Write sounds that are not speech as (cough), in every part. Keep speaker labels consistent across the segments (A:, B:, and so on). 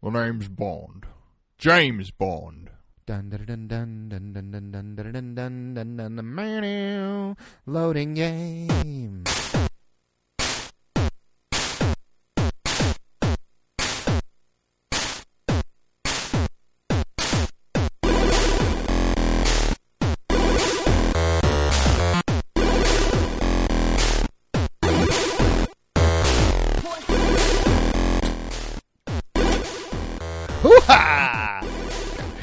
A: The name's Bond. James Bond.
B: Dun dun dun dun dun dun dun dun dun dun dun dun dun dun menu. loading game.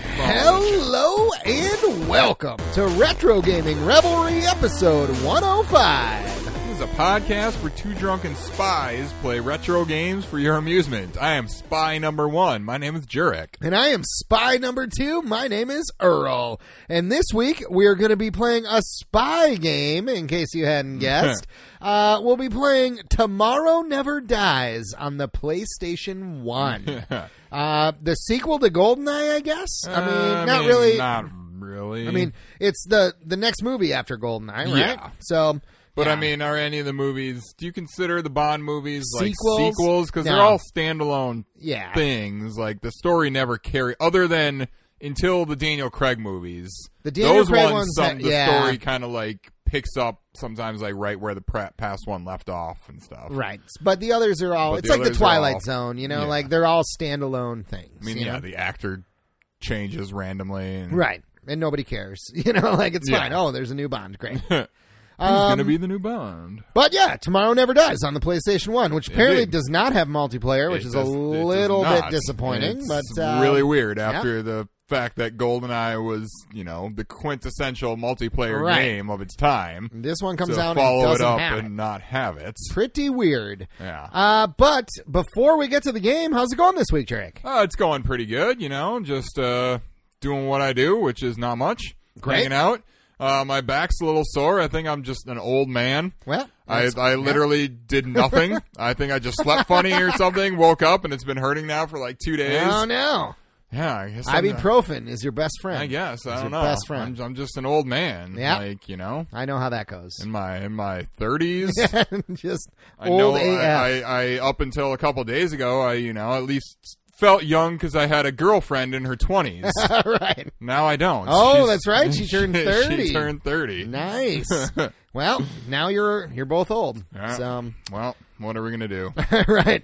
C: Hello and welcome to Retro Gaming Revelry episode 105.
A: This is a podcast where two drunken spies play retro games for your amusement. I am spy number one. My name is Jurek.
C: And I am spy number two. My name is Earl. And this week we're going to be playing a spy game, in case
A: (laughs)
C: you hadn't guessed. uh, we'll be playing Tomorrow Never Dies on the
A: (laughs)
C: PlayStation 1. uh, the sequel to Goldeneye, I guess? I mean,
A: Uh,
C: not really.
A: Not really.
C: I mean, it's the, the next movie after Goldeneye, right?
A: Yeah.
C: So.
A: but
C: yeah.
A: I mean, are any of the movies? Do you consider the Bond movies
C: Sequels?
A: like sequels? Because
C: No.
A: they're all standalone
C: yeah.
A: things. Like the story never carry other than until the Daniel Craig movies.
C: The Daniel
A: those
C: Craig
A: ones,
C: ones
A: some,
C: ha-
A: the
C: yeah.
A: story kind of like picks up sometimes, like right where the pre- past one left off and stuff.
C: Right. But the others are all
A: But
C: it's
A: the
C: like the
A: others are all-
C: Twilight Zone, you know,
A: Yeah.
C: like they're all standalone things.
A: I mean,
C: you
A: yeah,
C: know?
A: the actor changes randomly. And
C: Right. And nobody cares. (laughs) You know, like it's
A: Yeah.
C: fine. Oh, there's a new Bond. Great.
A: Who's gonna
C: Um,
A: be the new Bond?
C: but yeah, Tomorrow Never Dies on the PlayStation 1, which apparently
A: Indeed.
C: does not have multiplayer, which
A: It
C: is
A: does-
C: a
A: it does
C: little bit
A: not.
C: disappointing.
A: It's
C: but uh,
A: really weird after the fact that GoldenEye was, you know, the quintessential multiplayer
C: Right.
A: game of its time.
C: This one comes
A: to
C: out
A: follow
C: and
A: it
C: doesn't
A: up
C: have
A: and
C: it.
A: not have it.
C: Pretty weird.
A: Yeah.
C: Uh, but before we get to the game, how's it going this week, Jarek?
A: Uh, it's going pretty good, you know, just uh, doing what I do, which is not much.
C: Great.
A: Hanging out. Uh, my back's a little sore. I think I'm just an old man.
C: Well,
A: I,
C: that's-
A: I
C: yeah.
A: literally did nothing. (laughs) I think I just slept funny or something, woke up, and it's been hurting now for like two days.
C: Oh no!
A: Yeah, I guess I'm, uh,
C: Ibuprofen is your best friend.
A: I guess I
C: He's
A: don't
C: your
A: know.
C: best friend.
A: I'm, I'm just an old man.
C: Yeah.
A: like you know,
C: I know how that goes.
A: in my in my
C: (laughs)
A: thirties.
C: just
A: I know.
C: old
A: I,
C: AF.
A: I, I up until a couple days ago, I you know at least felt young because I had a girlfriend in her
C: (laughs)
A: twenties.
C: (laughs) right.
A: now I don't.
C: Oh, that's right. She
A: (laughs)
C: turned
A: she
C: 30.
A: turned thirty. (laughs)
C: Nice. well, now you're you're both old.
A: Yeah.
C: So (laughs)
A: Well, what are we gonna do?
C: right.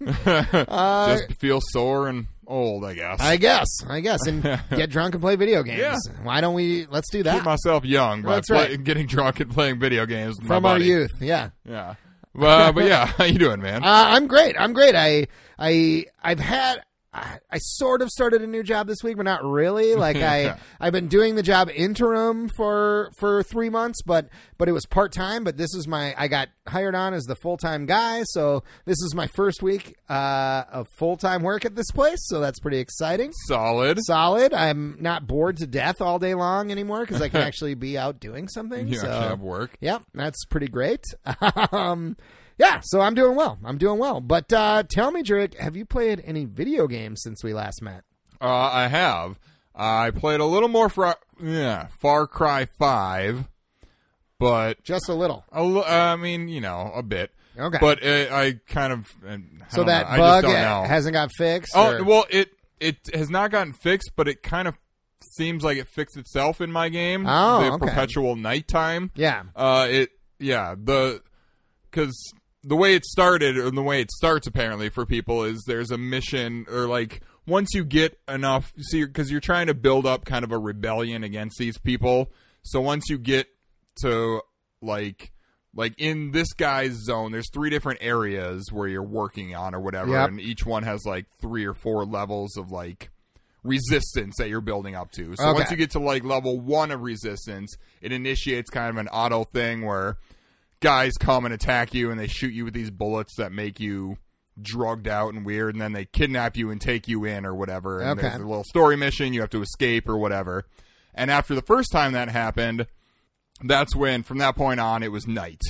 A: just feel sore and old, I guess.
C: Uh, I guess. I guess.
A: (laughs)
C: And get drunk and play video games.
A: Yeah.
C: Why don't we let's do that
A: keep myself young by
C: That's
A: play-
C: right.
A: getting drunk and playing video games with my
C: from our
A: buddy.
C: youth? Yeah.
A: Yeah. But, but
C: (laughs)
A: yeah, how you doing, man?
C: Uh, I'm great. I'm great. I I I've had I, I sort of started a new job this week, but not really. Like I I've been doing the job interim for for three months, but but it was part time. But this is my I got hired on as the full time guy, so this is my first week uh, of full time work at this place. So that's pretty exciting.
A: Solid.
C: Solid. I'm not bored to death all day long anymore because I can actually be out doing something.
A: You
C: so.
A: actually have
C: (laughs)
A: work.
C: Yeah, that's pretty great. (laughs) um, yeah, so I'm doing well. I'm doing well. But uh, tell me, Jurek, have you played any video games since we last met?
A: Uh, I have. I played a little more fr- yeah, Far Cry 5, but
C: Just a little.
A: a l- I mean, you know, a bit.
C: Okay.
A: But uh I kind of I
C: So
A: don't
C: that
A: know. I
C: bug
A: just don't
C: uh,
A: know.
C: hasn't got fixed.
A: Oh,
C: or-
A: well, it it has not gotten fixed, but it kind of seems like it fixed itself in my game.
C: Oh,
A: the
C: okay.
A: perpetual nighttime.
C: yeah,
A: Uh, it yeah the because the way it started and the way it starts apparently for people is there's a mission or like once you get enough see because you're trying to build up kind of a rebellion against these people so once you get to like like in this guy's zone there's three different areas where you're working on or whatever
C: Yep.
A: and each one has like three or four levels of like resistance that you're building up to. So
C: Okay.
A: once you get to like level one of resistance, it initiates kind of an auto thing where guys come and attack you and they shoot you with these bullets that make you drugged out and weird and then they kidnap you and take you in or whatever. And
C: Okay.
A: there's a little story mission, you have to escape or whatever. And after the first time that happened, that's when from that point on it was night.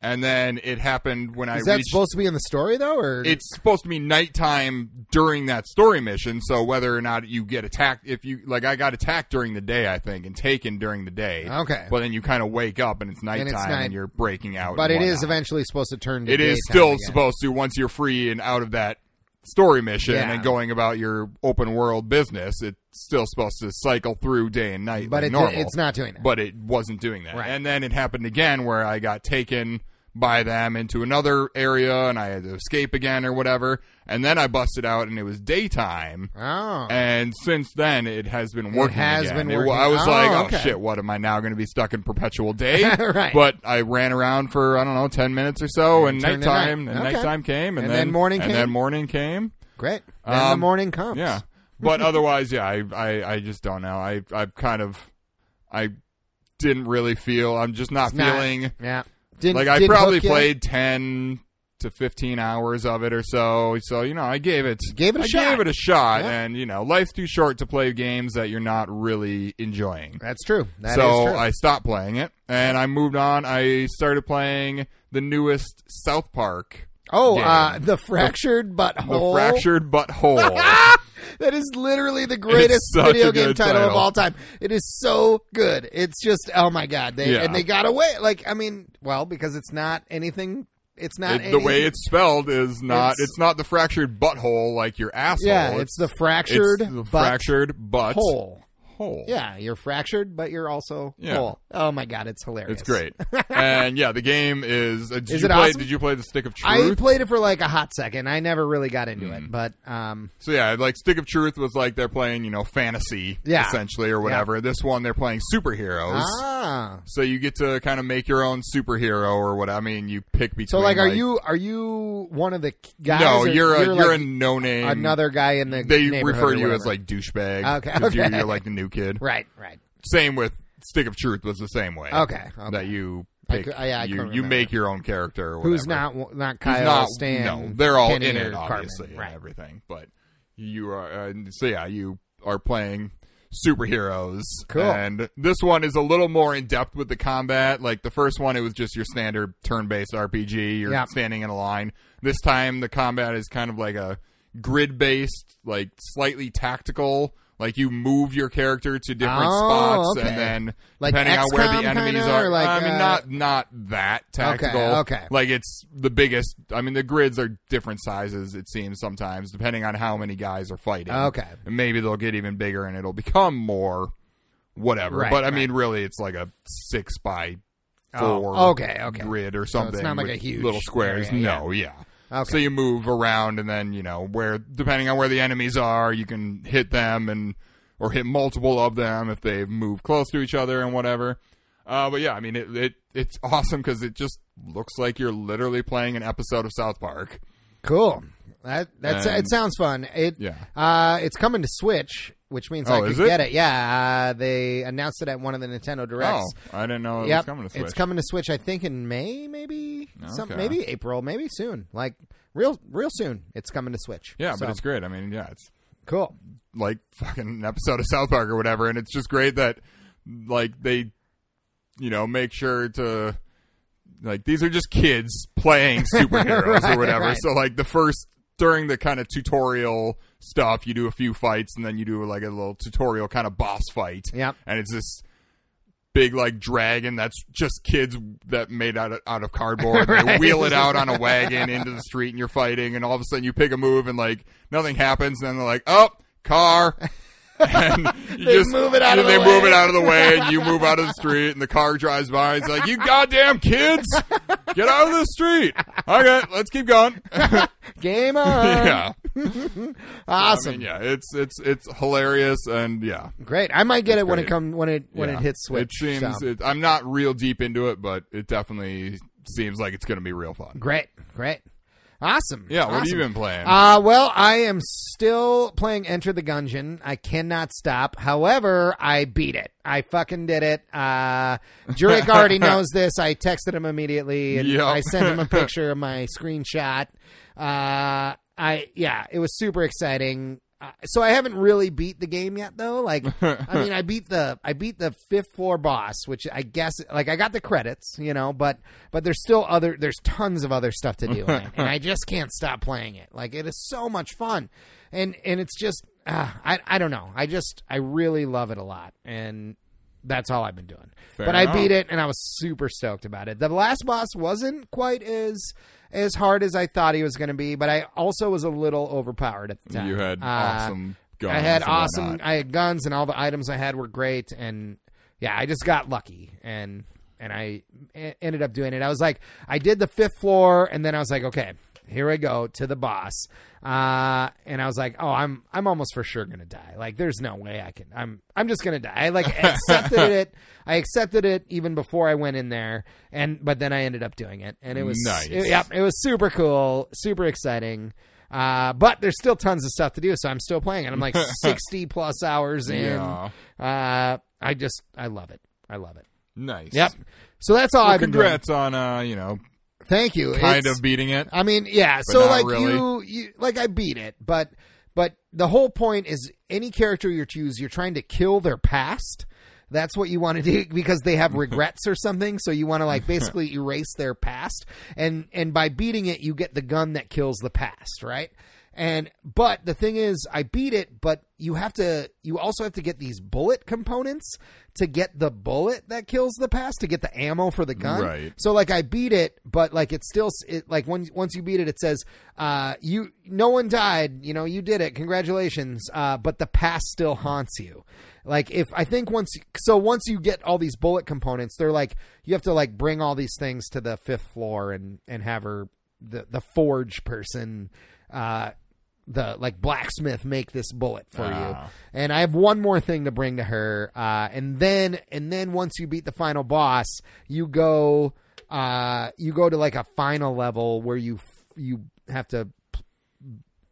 A: And then it happened when I
C: is that
A: reached
C: supposed to be in the story though, or
A: it's supposed to be nighttime during that story mission. So whether or not you get attacked, if you like, I got attacked during the day, I think, and taken during the day.
C: Okay.
A: but then you kind of wake up and it's nighttime and,
C: night.
A: you're breaking out.
C: but
A: and
C: it is
A: whatnot.
C: eventually supposed to turn. To
A: It is
C: daytime
A: still
C: again.
A: supposed to once you're free and out of that story mission
C: Yeah.
A: and going about your open world business, it's still supposed to cycle through day and night.
C: but
A: like
C: it,
A: normal.
C: it's not doing that.
A: But it wasn't doing that.
C: Right.
A: And then it happened again where I got taken by them into another area and I had to escape again or whatever. And then I busted out and it was daytime.
C: oh,
A: And since then, it has been working.
C: has
A: again.
C: been
A: It-
C: working.
A: I was
C: Oh,
A: like, oh
C: okay.
A: shit, what am I now going to be stuck in perpetual day?
C: (laughs) Right.
A: But I ran around for I don't know ten minutes or so, and
C: turned to
A: nighttime,
C: night.
A: and
C: Okay.
A: nighttime came, and,
C: And then morning
A: and
C: came?
A: then morning came.
C: great. Then the
A: um,
C: morning comes.
A: Yeah, (laughs) but otherwise, yeah, I, I, I just don't know. I, I kind of, I didn't really feel. I'm just not
C: It's not-
A: feeling
C: yeah. Didn't,
A: like I
C: didn't
A: probably
C: hook ya?
A: played ten to fifteen hours of it or so. So you know, I gave it,
C: Gave it a
A: I
C: shot.
A: gave it a shot,
C: Yeah.
A: and you know, life's too short to play games that you're not really enjoying.
C: That's true. That is
A: so
C: true.
A: I stopped playing it, and I moved on. I started playing the newest South Park,
C: oh, uh,
A: game.
C: the fractured
A: The
C: butthole.
A: Fractured
C: (laughs)
A: Butthole.
C: That is
A: (laughs)
C: literally the greatest
A: such
C: video
A: a
C: game
A: good
C: title, of
A: title.
C: all time. It is so good. It's just oh my god. They
A: Yeah.
C: and they got away. Like I mean, well, because it's not anything. It's not
A: It- the way
C: anything-
A: it's spelled is not.
C: It's-
A: It's, not the fractured butthole like your asshole.
C: Yeah, it's, the fractured
A: it's the
C: but
A: fractured butt
C: hole.
A: hole.
C: Yeah, you're fractured, but you're also
A: Yeah.
C: whole. Oh my god, it's hilarious.
A: It's
C: (laughs)
A: great. and yeah, the game is. Uh, did
C: Is
A: you
C: it
A: play,
C: awesome?
A: Did you play the Stick of
C: I
A: Truth? Hmm.
C: played it for like a hot second. I never really got into it, but um,
A: so yeah, like Stick of Truth was like they're playing you know fantasy
C: Yeah.
A: essentially or whatever. This one they're playing superheroes.
C: ah,
A: So you get to kind of make your own superhero or what? I mean, you pick between.
C: so like, are you are you one of the guys?
A: No,
C: or
A: you're a, you're,
C: like
A: a no name.
C: another guy in the
A: They
C: neighborhood
A: refer
C: or
A: to you as
C: whatever.
A: like douchebag.
C: Okay,
A: 'cause You're,
C: okay.
A: you're like the new kid.
C: right, right.
A: same with Stick of Truth was the same way.
C: Okay, okay.
A: that you
C: I
A: pick,
C: cou- I- I
A: you,
C: couldn't
A: you
C: remember.
A: make your own character. Or
C: Who's
A: whatever.
C: not not
A: Who's
C: Kyle
A: not-
C: Stan?
A: No, they're all
C: Kenny,
A: in it,
C: or
A: obviously,
C: Carmen. Right.
A: and everything. But you are, uh, so yeah, you are playing superheroes.
C: Cool.
A: And this one is a little more in depth with the combat. Like the first one, it was just your standard turn-based RPG. You're
C: Yeah.
A: standing in a line. This time, the combat is kind of like a grid-based, like slightly tactical. Like you move your character to different
C: Oh,
A: spots,
C: okay.
A: and then
C: Like
A: depending on where
C: XCOM
A: the enemies
C: kinda, or
A: are,
C: like,
A: I mean,
C: uh,
A: not not that tactical.
C: okay.
A: (laughs) Like it's the biggest. I mean, the grids are different sizes. It seems sometimes, depending on how many guys are fighting.
C: Okay.
A: And maybe they'll get even bigger, and it'll become more whatever.
C: Right,
A: but I
C: right.
A: mean, really, it's like a six by
C: Oh,
A: four.
C: okay, okay.
A: Grid or something.
C: not like
A: with
C: a huge
A: little squares.
C: area,
A: no, yeah.
C: Okay.
A: So you move around, and then you know where, depending on where the enemies are, you can hit them and or hit multiple of them if they move close to each other and whatever. Uh, but yeah, I mean it, it it's (laughs) awesome because it just looks like you're literally playing an episode of South Park.
C: Cool. That that's
A: And-
C: it. Sounds fun. It
A: Yeah.
C: Uh, it's coming to Switch, which means I
A: Oh,
C: could
A: is it?
C: get it. Yeah. Uh, they announced it at one of the Nintendo directs.
A: Oh, I didn't know it
C: Yep.
A: was coming to Switch.
C: It's coming to Switch. I think in May, maybe some,
A: Okay.
C: maybe April, maybe soon. Like real, real soon. It's coming to Switch.
A: yeah,
C: So,
A: but it's great. I mean, yeah, it's
C: cool.
A: like fucking an episode of South Park or whatever, and it's just great that like they you know make sure to like these are just kids playing superheroes
C: (laughs) Right,
A: or whatever.
C: right.
A: So like the first during the kind of tutorial stuff, you do a few fights and then you do like a little tutorial kind of boss fight.
C: Yep.
A: And it's this big like dragon that's just kids that made out of, out of cardboard. They
C: (laughs) Right.
A: wheel it out on a wagon into the street, and you're fighting. And all of a sudden, you pick a move, and like nothing happens. And then they're like, "Oh, car."
C: (laughs)
A: and you
C: They
A: just
C: move it out of
A: they
C: the
A: move
C: way.
A: it out of the way, and you move out of
C: (laughs)
A: the street, and the car drives by. And it's like, "You goddamn kids, get out of the street!" Okay, let's keep going. (laughs)
C: Uh, Game on.
A: yeah,
C: Awesome.
A: I mean, yeah, it's it's it's hilarious, and yeah,
C: Great. I might get it when it
A: great.
C: comes when it when
A: Yeah.
C: it hits Switch.
A: It seems
C: so.
A: it, I'm not real deep into it, but it definitely seems like it's going to be real fun.
C: great. Great. Awesome.
A: Yeah, what have
C: Awesome.
A: you been playing?
C: Uh, well, I am still playing Enter the Gungeon. I cannot stop. However, I beat it. I fucking did it. Uh,
A: (laughs)
C: Jurek already knows this. I texted him immediately and
A: Yep.
C: I sent
A: (laughs)
C: him a picture of my screenshot. Uh, I yeah, it was super exciting. Uh, so I haven't really beat the game yet, though. Like, I mean, I beat the I beat the fifth floor boss, which I guess like I got the credits, you know, but but there's still other there's tons of other stuff to do, in it, and I just can't stop playing it. Like, it is so much fun, and and it's just uh, I I don't know, I just I really love it a lot, and that's all I've been doing.
A: Fair
C: but I
A: enough.
C: beat it, and I was super stoked about it. The last boss wasn't quite as as hard as I thought he was going to be, but I also was a little overpowered at the time.
A: You had
C: Uh,
A: awesome guns.
C: I had
A: and
C: awesome.
A: whatnot.
C: I had guns, and all the items I had were great. And yeah, I just got lucky, and and I e- ended up doing it. I was like, I did the fifth floor, and then I was like, okay, here I go to the boss. Uh, and I was like, oh, I'm I'm almost for sure gonna die. Like, there's no way I can. I'm I'm just gonna die. I like
A: (laughs)
C: accepted it. I accepted it even before I went in there, and but then I ended up doing it, and it was
A: Nice.
C: it- yep, it was super cool, super exciting. Uh, but there's still tons of stuff to do, so I'm still playing, and
A: (laughs)
C: I'm like 60 plus hours in.
A: Yeah.
C: Uh, I just, I love it. I love it.
A: Nice.
C: Yep. So that's all
A: Well,
C: I've been doing.
A: congrats on uh, you know,
C: Thank you.
A: kind
C: It's-
A: of beating it.
C: I mean, yeah. So
A: not
C: like
A: really.
C: you, you, like I beat it, but but the whole point is any character you choose, you're trying to kill their past. That's what you want to (laughs) do because they have regrets or something. So you want to like
A: (laughs)
C: basically erase their past, and and by beating it, you get the gun that kills the past, right? And but the thing is, I beat it, but you have to. You also have to get these bullet components to get the bullet that kills the past to get the ammo for the gun.
A: Right.
C: So like I beat it, but like it's still it, like once once you beat it, it says uh, you no one died. You know you did it. Congratulations. Uh, but the past still haunts you. Like if I think once so once you get all these bullet components, they're like you have to like bring all these things to the fifth floor and and have her the the forge person. Uh, the like blacksmith make this bullet for
A: Ah.
C: you and i have one more thing to bring to her uh, and then and then once you beat the final boss you go uh, you go to like a final level where you f- you have to p-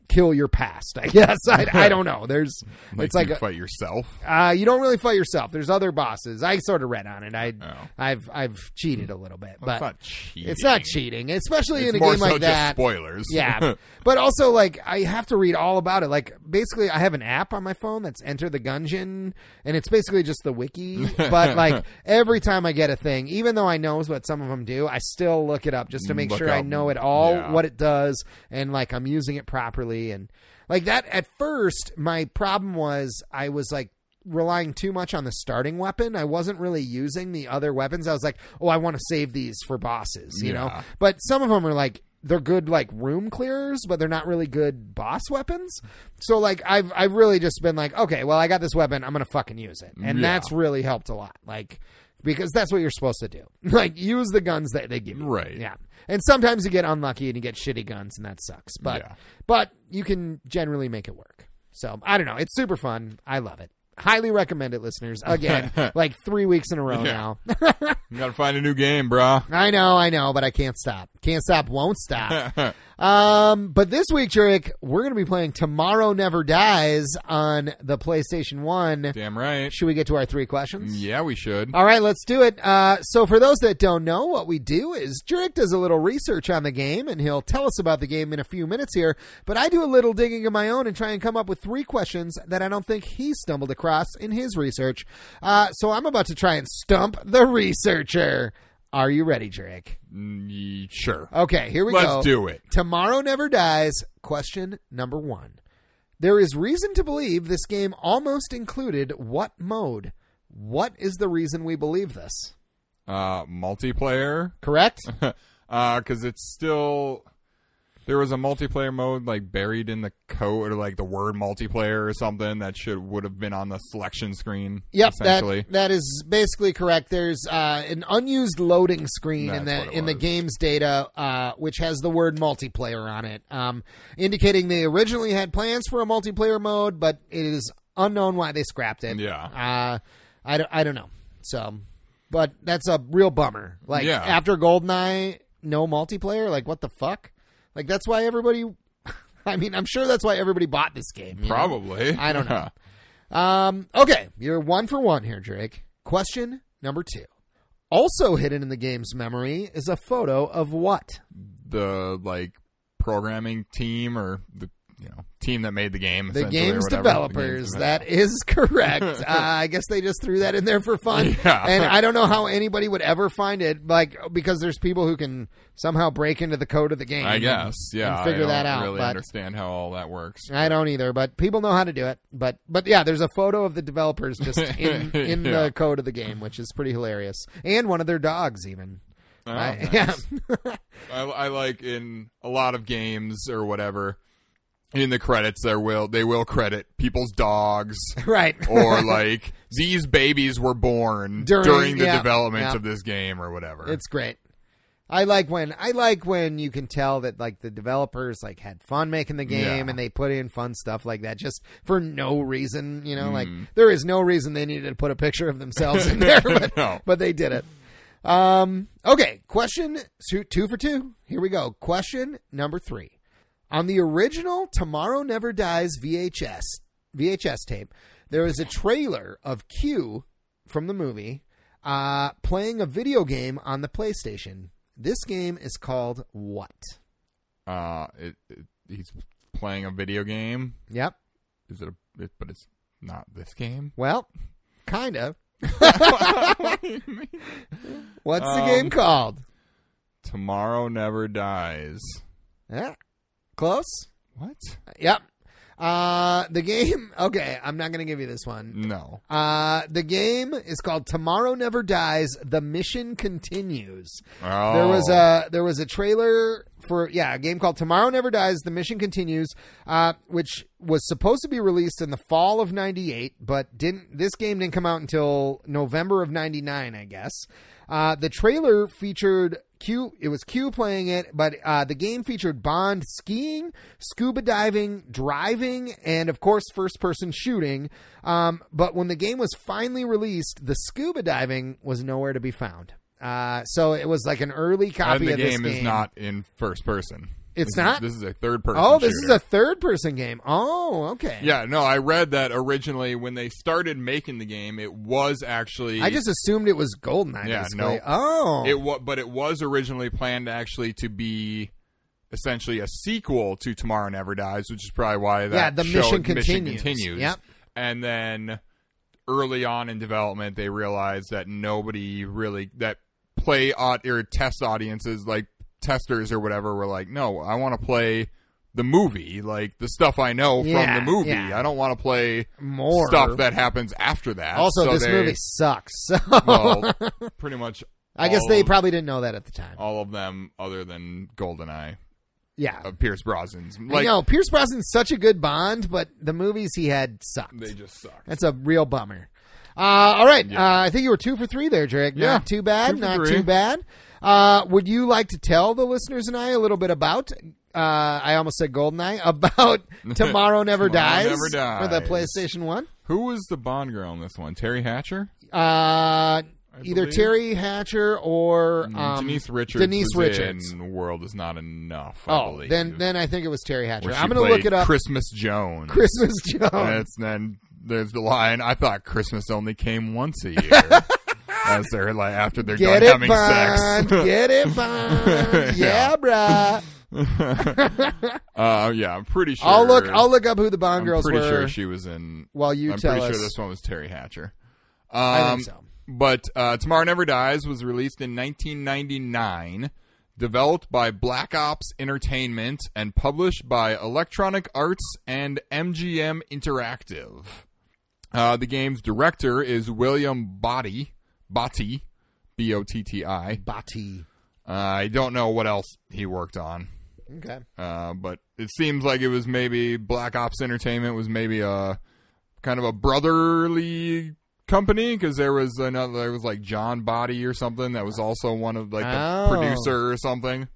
C: kill your past i (laughs) guess i, I don't know
A: (laughs)
C: there's
A: Like
C: it's like
A: you
C: a-
A: fight yourself.
C: uh, you don't really fight yourself there's other bosses i sort of read on it i
A: Oh.
C: i've i've cheated a little bit
A: it's
C: but
A: not cheating.
C: it's not cheating especially
A: It's
C: in a
A: more
C: game
A: so
C: like
A: just
C: that
A: spoilers.
C: yeah. (laughs) but also, like, I have to read all about it. Like, basically, I have an app on my phone that's Enter the Gungeon, and it's basically just
A: (laughs)
C: the wiki. But, like, every time I get a thing, even though I know what some of them do, I still look it up just to make
A: Mm, Look
C: sure I
A: up,
C: know it all,
A: yeah.
C: what it does, and, like, I'm using it properly. And, like, that at first, my problem was I was, like, relying too much on the starting weapon. I wasn't really using the other weapons. I was like, oh, I want to save these for bosses, you know?
A: Yeah.
C: But some of them are like they're good like room clearers, but they're not really good boss weapons. So like I've I've really just been like, okay, well I got this weapon, I'm gonna fucking use it, and
A: Yeah.
C: that's really helped a lot. Like because that's what you're supposed to do. (laughs) Like use the guns that they give you.
A: Right.
C: Yeah. And sometimes you get unlucky and you get shitty guns and that sucks. But
A: Yeah.
C: but you can generally make it work. So I don't know. It's super fun. I love it. Highly recommend it, listeners.
A: (laughs)
C: Again, like three weeks in a row
A: Yeah.
C: now.
A: (laughs) You gotta find a new game, brah.
C: I know, I know, but I can't stop. Can't stop,
A: (laughs)
C: won't stop. um, but this week, Jurek, we're going to be playing Tomorrow Never Dies on the PlayStation 1.
A: Damn
C: (laughs)
A: right.
C: Should we get to our three questions?
A: Yeah, we should.
C: All right, let's do it. Uh, so, for those that don't know, what we do is Jurek does a little research on the game, and he'll tell us about the game in a few minutes here. But I do a little digging of my own and try and come up with three questions that I don't think he stumbled across in his research. Uh, so, I'm about to try and stump the researcher. Are you ready, Jurek?
A: Mm, ye- Sure.
C: Okay, here we
A: Let's
C: go.
A: do it.
C: Tomorrow Never Dies, question number one. There is reason to believe this game almost included what mode? What is the reason we believe this?
A: Uh, multiplayer, (laughs)
C: Correct?
A: because Uh, it's still there was a multiplayer mode like buried in the code or like the word multiplayer or something that should would have been on the selection screen.
C: Yep,
A: essentially.
C: that, that is basically correct. There's uh, an unused loading screen in
A: That's
C: the
A: what it
C: in the
A: was.
C: game's data, uh, which has the word multiplayer on it, um, indicating they originally had plans for a multiplayer mode, but it is unknown why they scrapped it.
A: Yeah.
C: uh, I don't, I don't know. So, but that's a real bummer. Like
A: Yeah.
C: after Goldeneye, no multiplayer. Like what the fuck? Like that's why everybody. (laughs) I mean, I'm sure that's why everybody bought this game. you know?
A: probably.
C: I don't know.
A: (laughs) Yeah.
C: Um, okay, you're one for one here, Drake. Question number two. Also hidden in the game's memory is a photo of what?
A: the like programming team or the you know team that made the game.
C: The
A: essentially, or
C: game's
A: whatever. The (laughs)
C: developers.
A: game's
C: that is (laughs) correct. uh, I guess they just threw that in there for fun.
A: (laughs) Yeah.
C: And I don't know how anybody would ever find it, like because there's people who can somehow break into the code of the game.
A: I
C: and-
A: guess. Yeah.
C: and figure
A: I don't
C: that out.
A: Really
C: but
A: understand how all that works.
C: I don't either. But people know how to do it. But but yeah, there's a photo of the developers
A: (laughs)
C: just in in
A: Yeah.
C: the code of the game, which is pretty hilarious, and one of their dogs even.
A: Oh,
C: I- (laughs)
A: nice.
C: yeah.
A: I, I like in a lot of games or whatever. In the credits, there will they will credit people's
C: (laughs)
A: dogs
C: right.
A: or like these babies were born
C: During-
A: during, the
C: yeah,
A: development
C: yeah.
A: of this game or whatever.
C: It's great. I like when I like when you can tell that like the developers like had fun making the game
A: Yeah.
C: and they put in fun stuff like that just for no reason, you know, like there is no reason they needed to put a picture of themselves in there, but,
A: No.
C: but they did it. Um, okay, question two, two for two. Here we go. Question number three. On the original Tomorrow Never Dies VHS VHS tape, there is a trailer of Q from the movie uh, playing a video game on the PlayStation. This game is called what?
A: uh, it, it, he's playing a video game.
C: Yep.
A: Is it? A, it but it's not this
C: (laughs)
A: game. (laughs)
C: Well, kind of. What's the game
A: Um,
C: called?
A: Tomorrow never dies.
C: Yeah. Close.
A: What?
C: Yep. Uh, the game. (laughs) Okay, I'm not going to give you this one.
A: No.
C: Uh, the game is called Tomorrow Never Dies. The mission continues.
A: Oh.
C: There was a uh, there was a trailer for yeah a game called Tomorrow Never Dies. The mission continues, uh, which was supposed to be released in the fall of '98, but didn't. This game didn't come out until November of '99, I guess. Uh, the trailer featured Q. It was Q playing it, but uh, the game featured Bond skiing, scuba diving, driving, and of course first person shooting. Um, but when the game was finally released, the scuba diving was nowhere to be found. Uh, so it was like an early
A: and
C: copy
A: the
C: of this
A: game is not in first person.
C: It's
A: This is-
C: not?
A: This is a third person.
C: Oh, this is
A: shooter.
C: a third person game. Oh, okay.
A: Yeah, no, I read that originally when they started making the game, it was actually
C: I just assumed it was GoldenEye.
A: Yeah,
C: basically.
A: no.
C: Oh,
A: it wa- but it was originally planned actually to be essentially a sequel to Tomorrow Never Dies, which is probably why that
C: Yeah, the
A: showed
C: mission continues.
A: Continues.
C: Yep.
A: And then early on in development, they realized that nobody really that play aut- or test audiences like testers or whatever were like, no, I want to play the movie, like the stuff I know
C: Yeah,
A: from the movie.
C: yeah.
A: I don't want to play
C: more
A: stuff that happens after that.
C: Also,
A: So
C: this
A: they-
C: movie sucks. (laughs) So
A: (laughs) well, pretty much.
C: (laughs) I guess
A: all
C: they
A: of-
C: probably didn't know that at the time.
A: all of them other than Goldeneye
C: yeah,
A: of Pierce Brosnan's.
C: I
A: uh, Like
C: know Pierce Brosnan's such a good Bond, but the movies he had sucked.
A: they just suck.
C: That's a real bummer. Uh, all right,
A: Yeah.
C: uh, I think you were two for three there, Drake.
A: Yeah,
C: Not too bad.
A: two for
C: not
A: three.
C: too bad. Uh, would you like to tell the listeners and I a little bit about? Uh, I almost said Goldeneye (laughs)
A: (laughs)
C: about Tomorrow
A: Tomorrow
C: Never Dies
A: Never
C: for the
A: Dies.
C: PlayStation One.
A: Who was the Bond girl in this one? Terry Hatcher,
C: Uh, either
A: believe. Mm,
C: Terry Hatcher or um,
A: Denise Richards.
C: Denise
A: was
C: Richards.
A: In World is not enough. I
C: Oh,
A: believe.
C: then then I think it was Terry Hatcher.
A: Where she
C: I'm going to look
A: played
C: it up.
A: Christmas Joan.
C: (laughs) Christmas Jones.
A: And it's- then there's the line. I thought Christmas only came once
C: (laughs)
A: a year. As they're like after they're
C: Get
A: done
C: it,
A: having
C: Bond.
A: sex. (laughs)
C: Get it, Bond.
A: Yeah.
C: yeah, bruh.
A: Uh, yeah, I'm pretty sure.
C: I'll look. I'll look up who the Bond
A: I'm
C: girls
A: pretty
C: were
A: sure she was in
C: while you
A: I'm
C: tell
A: pretty
C: us.
A: sure this one was Terry Hatcher. Um,
C: I think so.
A: But uh, Tomorrow Never Dies was released in 1999, developed by Black Ops Entertainment and published by Electronic Arts and MGM Interactive. Uh, the game's director is William Botti, Botti, B O T T I.
C: Bati.
A: Uh, I don't know what else he worked on.
C: Okay.
A: Uh, but it seems like it was maybe Black Ops Entertainment was maybe a kind of a brotherly company because there was another there was like John Body or something that was also one of like the
C: Oh.
A: producer or something.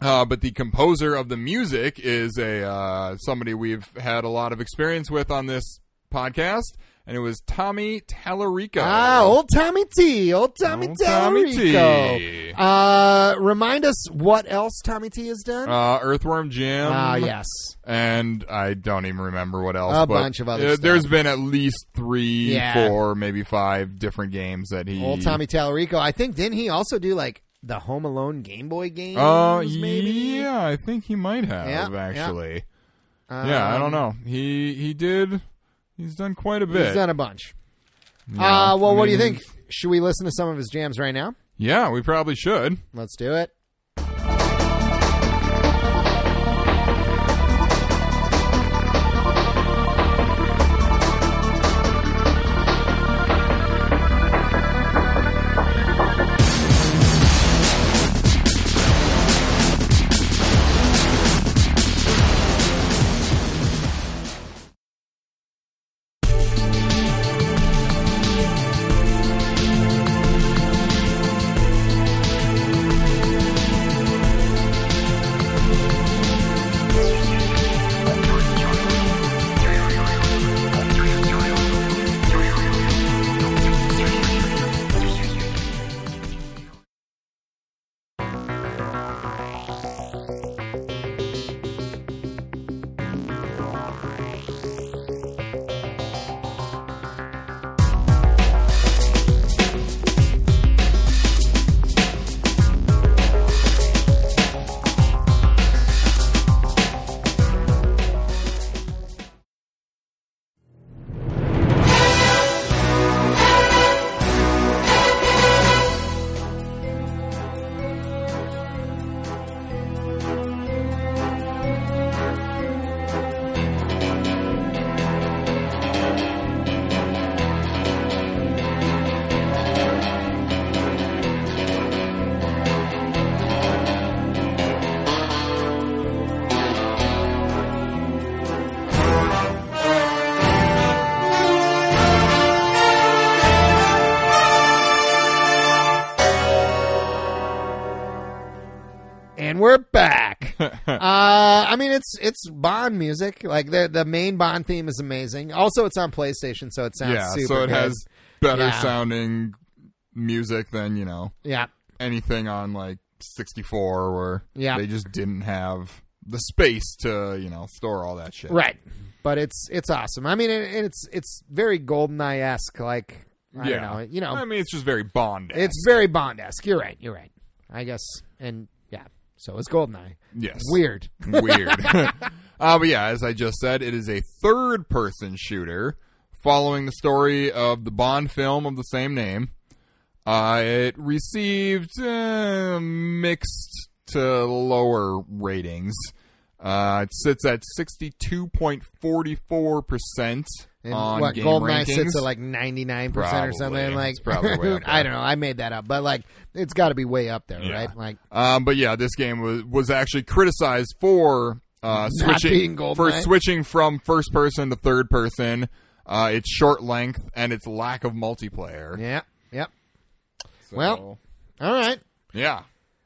A: Uh, but the composer of the music is a uh, somebody we've had a lot of experience with on this podcast, and it was Tommy Tallarico.
C: Ah, old Tommy T. Old Tommy
A: Old Tommy T.
C: Tallarico. Uh, remind us what else Tommy T has done.
A: uh, Earthworm Jim.
C: Ah, yes.
A: and I don't even remember what else.
C: A
A: but
C: bunch of other
A: uh,
C: stuff.
A: There's been at least three,
C: Yeah.
A: four, maybe five different games that he.
C: Old Tommy Tallarico. I think didn't he also do like the Home Alone Game Boy games?
A: Oh,
C: maybe.
A: yeah, I think he might have
C: Yeah, yeah.
A: actually. yeah, I
C: Um,
A: don't know. He he did. He's done quite a bit.
C: He's done a bunch.
A: you
C: Uh,
A: know.
C: well,
A: I
C: what do you
A: mean,
C: think? Should we listen to some of his jams right now?
A: Yeah, we probably should.
C: Let's do it. And we're
A: (laughs)
C: back. uh, I mean, it's it's Bond music. Like the the main Bond theme is amazing. Also, it's on PlayStation, so it sounds
A: yeah,
C: super.
A: so it
C: good.
A: has better
C: Yeah.
A: sounding music than you know
C: yeah.
A: anything on like 64, where
C: Yeah.
A: they just didn't have the space to you know store all that shit.
C: Right. But it's it's awesome. I mean, and and it's it's very Goldeneye esque. Like I
A: yeah.
C: don't know, you know,
A: I mean, it's just very Bond.
C: it's very Bond esque. You're right. You're right. I guess. And yeah. So it's Goldeneye.
A: yes,
C: Weird.
A: (laughs) weird. uh, but yeah, as I just said, it is a third person shooter following the story of the Bond film of the same name. Uh, it received uh, mixed to lower ratings. Uh, it sits at 62.44%
C: And
A: on
C: what
A: game
C: Goldeneye
A: rankings.
C: sits at like ninety nine percent or something.
A: Probably.
C: Like
A: It's probably
C: (laughs)
A: way up
C: I
A: there.
C: don't know. I made that up, but like it's got to be way up there,
A: Yeah.
C: right? Like
A: Um, but yeah, this game was was actually criticized for uh, switching
C: being Goldeneye.
A: for switching from first person to third person, uh, its short length and its lack of multiplayer.
C: yeah, yep.
A: So,
C: well, All right.
A: yeah,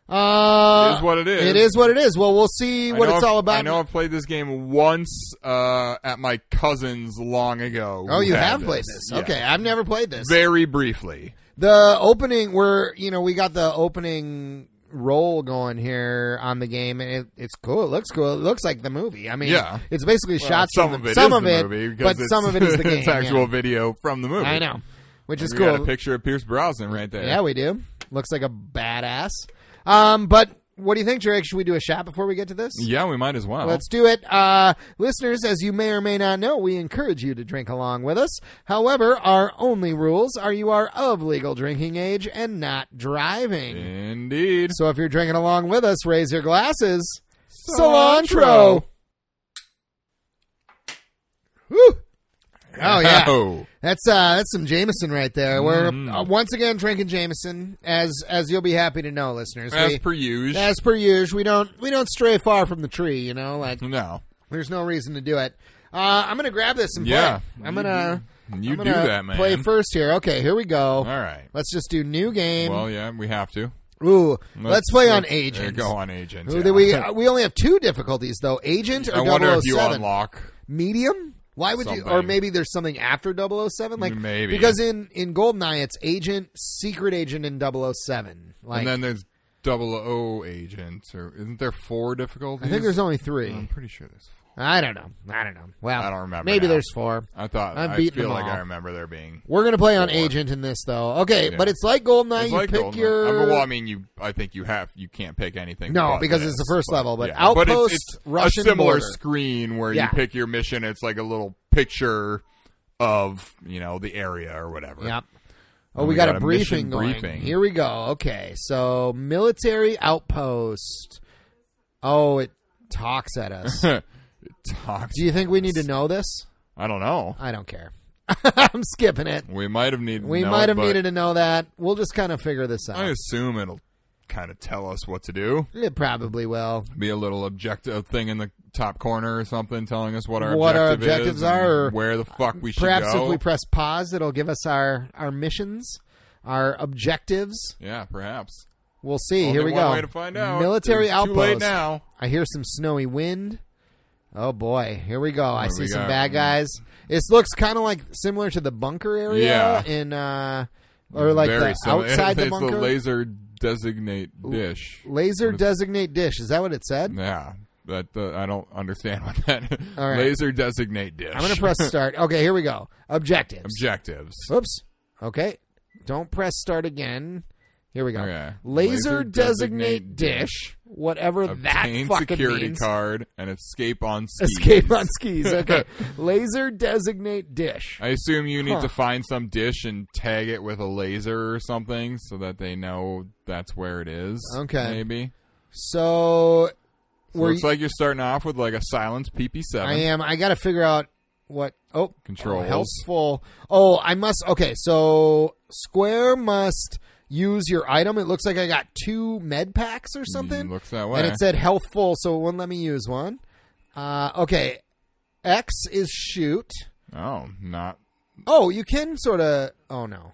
C: Uh,
A: It is what it is.
C: It is what it is. Well, we'll see
A: I
C: what
A: know
C: it's
A: I've-
C: all about.
A: I know I've played this game once uh, at my cousin's long ago.
C: oh,
A: who
C: you
A: had
C: have played this.
A: Yeah.
C: Okay, I've never played this.
A: very briefly.
C: The opening where you know we got the opening roll going here on the game, and it, it's cool. It looks cool. It looks like the movie. I mean,
A: Yeah.
C: it's basically
A: Well,
C: shots.
A: some
C: from
A: of
C: the,
A: it
C: some
A: is
C: of
A: the
C: it,
A: movie because
C: but
A: it's,
C: some of it is the
A: (laughs)
C: game.
A: it's
C: yeah.
A: actual video from the movie.
C: I know, which is
A: We
C: cool.
A: got a picture of Pierce Brosnan right there.
C: Yeah, we do. Looks like a badass. Um, but what do you think, Drake? Should we do a shot before we get to this?
A: Yeah, we might as well.
C: Let's do it. Uh, listeners, as you may or may not know, we encourage you to drink along with us. However, our only rules are you are of legal drinking age and not driving.
A: Indeed.
C: So if you're drinking along with us, raise your glasses.
A: Cilantro.
C: Cilantro. Whew. Oh yeah.
A: (laughs) Oh.
C: That's uh, that's some Jameson right there. We're
A: Mm.
C: uh, once again drinking Jameson, as as you'll be happy to know, listeners.
A: As
C: we,
A: per usual.
C: as per usual, we don't we don't stray far from the tree. You know, like
A: no.
C: there's no reason to do it. Uh, I'm gonna grab this and play.
A: Yeah.
C: I'm
A: You
C: gonna
A: do- you
C: I'm
A: do
C: gonna
A: that, man.
C: Play first here. Okay, here we go.
A: All right.
C: Let's just do new game.
A: Well, yeah, we have to.
C: Ooh, let's, play on
A: agent.
C: agents.
A: Go on agent.
C: Ooh,
A: yeah. (laughs)
C: then we uh, we only have two difficulties though. Agent or
A: I wonder if you
C: 007.
A: unlock.
C: medium. Why would you? Or
A: Something.
C: maybe there's something after 007? Like
A: Maybe.
C: because in in Goldeneye it's agent, secret agent, and 007. Like
A: and then there's double O agents. Or, isn't there four difficulties?
C: I think there's only three.
A: I'm pretty sure there's four.
C: I don't know. I don't know. Well,
A: Hmm. I don't remember
C: Maybe
A: now.
C: there's four.
A: I thought
C: I've
A: I
C: beaten
A: feel
C: them
A: like
C: all.
A: I remember there being.
C: We're gonna play on
A: Four.
C: agent in this though. Okay,
A: Yeah.
C: but it's like GoldenEye.
A: It's
C: you
A: like
C: pick
A: Goldeneye.
C: your
A: I mean, well, I mean, you. I think you have. You can't pick anything.
C: No,
A: but
C: because it's
A: this,
C: the first level, but
A: yeah. it's-
C: Outpost,
A: it's,
C: Russian
A: a similar
C: border.
A: screen where
C: Yeah.
A: you pick your mission. It's like a little picture of you know the area or whatever.
C: Yep. Oh,
A: And
C: we,
A: we
C: got,
A: got
C: a
A: a
C: briefing
A: mission
C: going.
A: briefing.
C: Here we go. Okay, so military outpost. Oh, it talks
A: (laughs)
C: at us.
A: Talks.
C: Do you think we need to know this?
A: I don't know.
C: I don't care. (laughs) I'm skipping it.
A: We might have needed. to
C: We
A: know
C: might
A: it,
C: have
A: but
C: needed to know that. We'll just kind of figure this
A: I
C: out.
A: assume it'll kind of tell us what to do.
C: It probably will.
A: Be a little objective thing in the top corner or something, telling us what our
C: What our
A: objective
C: objectives
A: is and
C: are, or
A: where the fuck we should
C: Perhaps
A: go.
C: if we press pause, it'll give us our our missions, our objectives.
A: yeah, perhaps.
C: We'll see.
A: Only
C: Here we
A: one
C: go.
A: Way to find out.
C: Military
A: It's
C: outpost.
A: Too late now.
C: I hear some snowy wind. Oh boy, here we go. I
A: do
C: see
A: we
C: some
A: got?
C: bad guys. This looks kind of like similar to the bunker area
A: Yeah.
C: in, uh, or like
A: Very
C: the
A: similar.
C: outside
A: (laughs)
C: the
A: It's
C: bunker.
A: laser designate dish. (laughs)
C: Laser designate dish. Is that what it said?
A: Yeah, that uh, I don't understand what that.
C: All right.
A: Laser designate dish.
C: I'm gonna press
A: (laughs)
C: start. Okay, here we go. Objectives.
A: objectives.
C: Oops. Okay. Don't press start again. Here we go.
A: Okay.
C: Laser,
A: Laser
C: designate
A: designate
C: dish. Whatever
A: Obtain
C: that fucking
A: security
C: means.
A: card and escape on skis.
C: Escape on skis.
A: (laughs)
C: Okay. Laser designate dish.
A: I assume you need
C: Huh.
A: to find some dish and tag it with a laser or something so that they know that's where it is.
C: Okay.
A: maybe.
C: So, were
A: Looks
C: you,
A: like you're starting off with like a silence PP7.
C: I am. I got to figure out what. Oh,
A: Controls.
C: Oh, helpful. Oh, I must. Okay, so Square must use your item. It looks like I got two med packs or something.
A: Looks that way.
C: and it said healthful, so it wouldn't let me use one. Uh, okay, X is shoot.
A: oh,
C: (laughs)
A: not.
C: Oh, you can sort of. Oh no.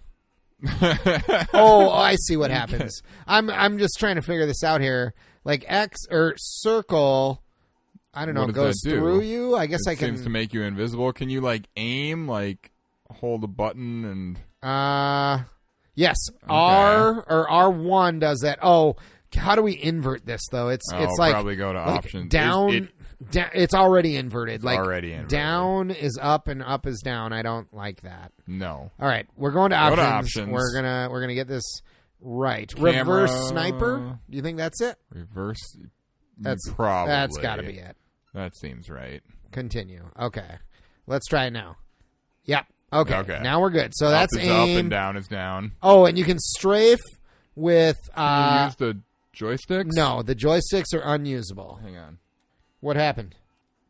A: (laughs)
C: oh, I see what happens. I'm I'm just trying to figure this out here. Like X or circle, I don't know,
A: What does
C: goes
A: that do?
C: through you. I guess
A: it
C: I can.
A: seems to make you invisible. Can you like aim, like hold a button and
C: Uh yes, R or R one does that. Oh, how do we invert this though? It's
A: oh,
C: it's like,
A: probably go to
C: like
A: options Is
C: down.
A: it-
C: da- it's already inverted. Like
A: already inverted.
C: down is up and up is down. I don't like that.
A: no.
C: All right, we're going to
A: Go
C: options.
A: to options.
C: We're gonna we're gonna get this right.
A: Camera.
C: Reverse sniper. Do you think that's it?
A: Reverse.
C: That's-
A: probably.
C: That's got to be it.
A: That seems right.
C: Continue. Okay, let's try it now. Yep. Okay.
A: Okay.
C: Now we're good. So that's
A: up is
C: aim.
A: up and down is down.
C: Oh, and you can strafe with
A: Can you
C: uh,
A: use the joysticks?
C: No, the joysticks are unusable.
A: Hang on.
C: What happened?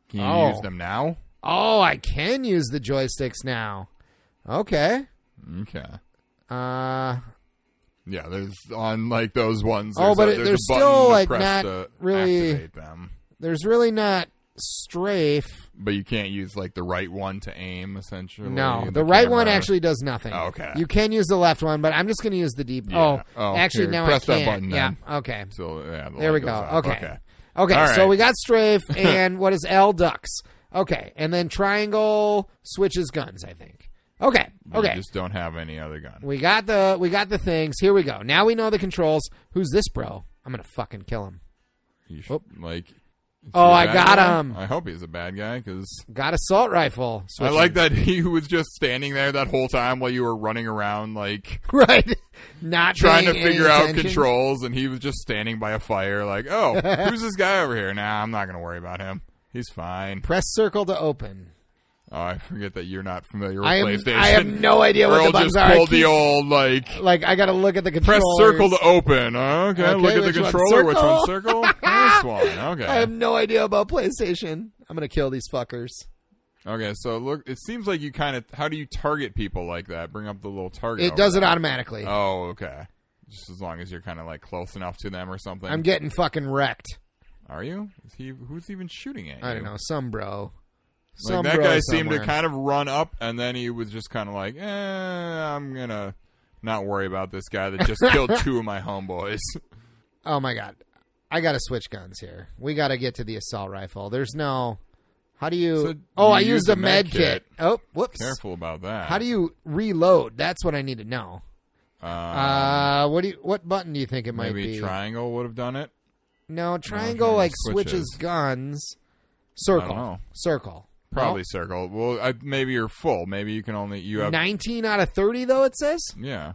A: Can you
C: Oh.
A: use them now?
C: Oh, I can use the joysticks now. Okay.
A: Okay.
C: Uh
A: Yeah, there's on like those ones.
C: Oh,
A: there's
C: but
A: a-
C: it-
A: there's
C: they're
A: a button
C: still,
A: to
C: like,
A: press
C: not
A: to
C: really-
A: activate them.
C: there's really not strafe.
A: But you can't use like the right one to aim. Essentially,
C: No, the,
A: and
C: right one
A: camera-
C: actually does nothing.
A: Okay.
C: You can use the left one, but I'm just going to use the deep.
A: Yeah.
C: Oh,
A: Oh,
C: actually
A: here,
C: now
A: press
C: I
A: that
C: can't.
A: button
C: yeah.
A: then.
C: Okay.
A: So yeah, the
C: There
A: light
C: we
A: goes
C: go.
A: up.
C: Okay.
A: okay.
C: Okay.
A: All
C: So
A: right.
C: we
A: (laughs)
C: got strafe and what is L ducks. Okay. And then triangle switches guns, I think. Okay.
A: You
C: Okay.
A: just don't have any other gun.
C: We got the we got the things. Here we go. Now we know the controls. Who's this bro? I'm gonna fucking kill him.
A: You sh-
C: Oop.
A: like. is he
C: Oh,
A: a
C: I
A: bad
C: got
A: guy?
C: him.
A: I hope he's a bad guy because
C: Got assault rifle.
A: I
C: Switching.
A: like that (laughs) he was just standing there that whole time while you were running around, like
C: (laughs) right. Not
A: trying to
C: paying any
A: figure out
C: attention.
A: controls, and he was just standing by a fire, like,
C: (laughs)
A: "Oh, who's this guy over here?" Nah, I'm not gonna worry about him. He's fine.
C: Press circle to open.
A: Oh, I forget that you're not familiar with
C: I am.
A: PlayStation.
C: I have no idea what
A: Earl
C: the buttons
A: just
C: are. I
A: pulled the
C: keep-
A: old like
C: like I gotta look at the
A: press
C: controls.
A: circle to open. Okay,
C: Okay,
A: look at the
C: which one?
A: controller. Which one? Circle.
C: Circle?
A: this
C: (laughs)
A: one.
C: I have
A: Okay.
C: no idea about PlayStation. I'm gonna kill these fuckers.
A: Okay. So look, it seems like you kind of. How do you target people like that? Bring up the little target.
C: It
A: over
C: does it
A: there.
C: automatically.
A: Oh, okay. Just as long as you're kind of like close enough to them or something.
C: I'm getting fucking wrecked.
A: Are you? Is he? Who's even shooting at you?
C: I don't know. Some bro.
A: Like
C: Some
A: that
C: bro
A: guy seemed
C: somewhere.
A: to kind of run up, and then he was just kind of like, eh, "I'm gonna not worry about this guy that just killed
C: (laughs)
A: two of my homeboys." (laughs)
C: Oh my god. I gotta switch guns here. We gotta get to the assault rifle. There's no how do you
A: So
C: Oh,
A: you
C: I
A: use
C: used
A: the
C: a med
A: med
C: kit.
A: kit.
C: Oh, whoops.
A: Careful about that.
C: How do you reload? That's what I need to know.
A: Uh,
C: Uh what do you what button do you think it might
A: maybe
C: be?
A: triangle would have done it.
C: no, triangle like switches
A: switches.
C: guns. Circle.
A: know.
C: Circle.
A: Probably circle. Well, I, maybe you're full. Maybe you can only you
C: Well,
A: have
C: 19 out of 30 though it says.
A: yeah.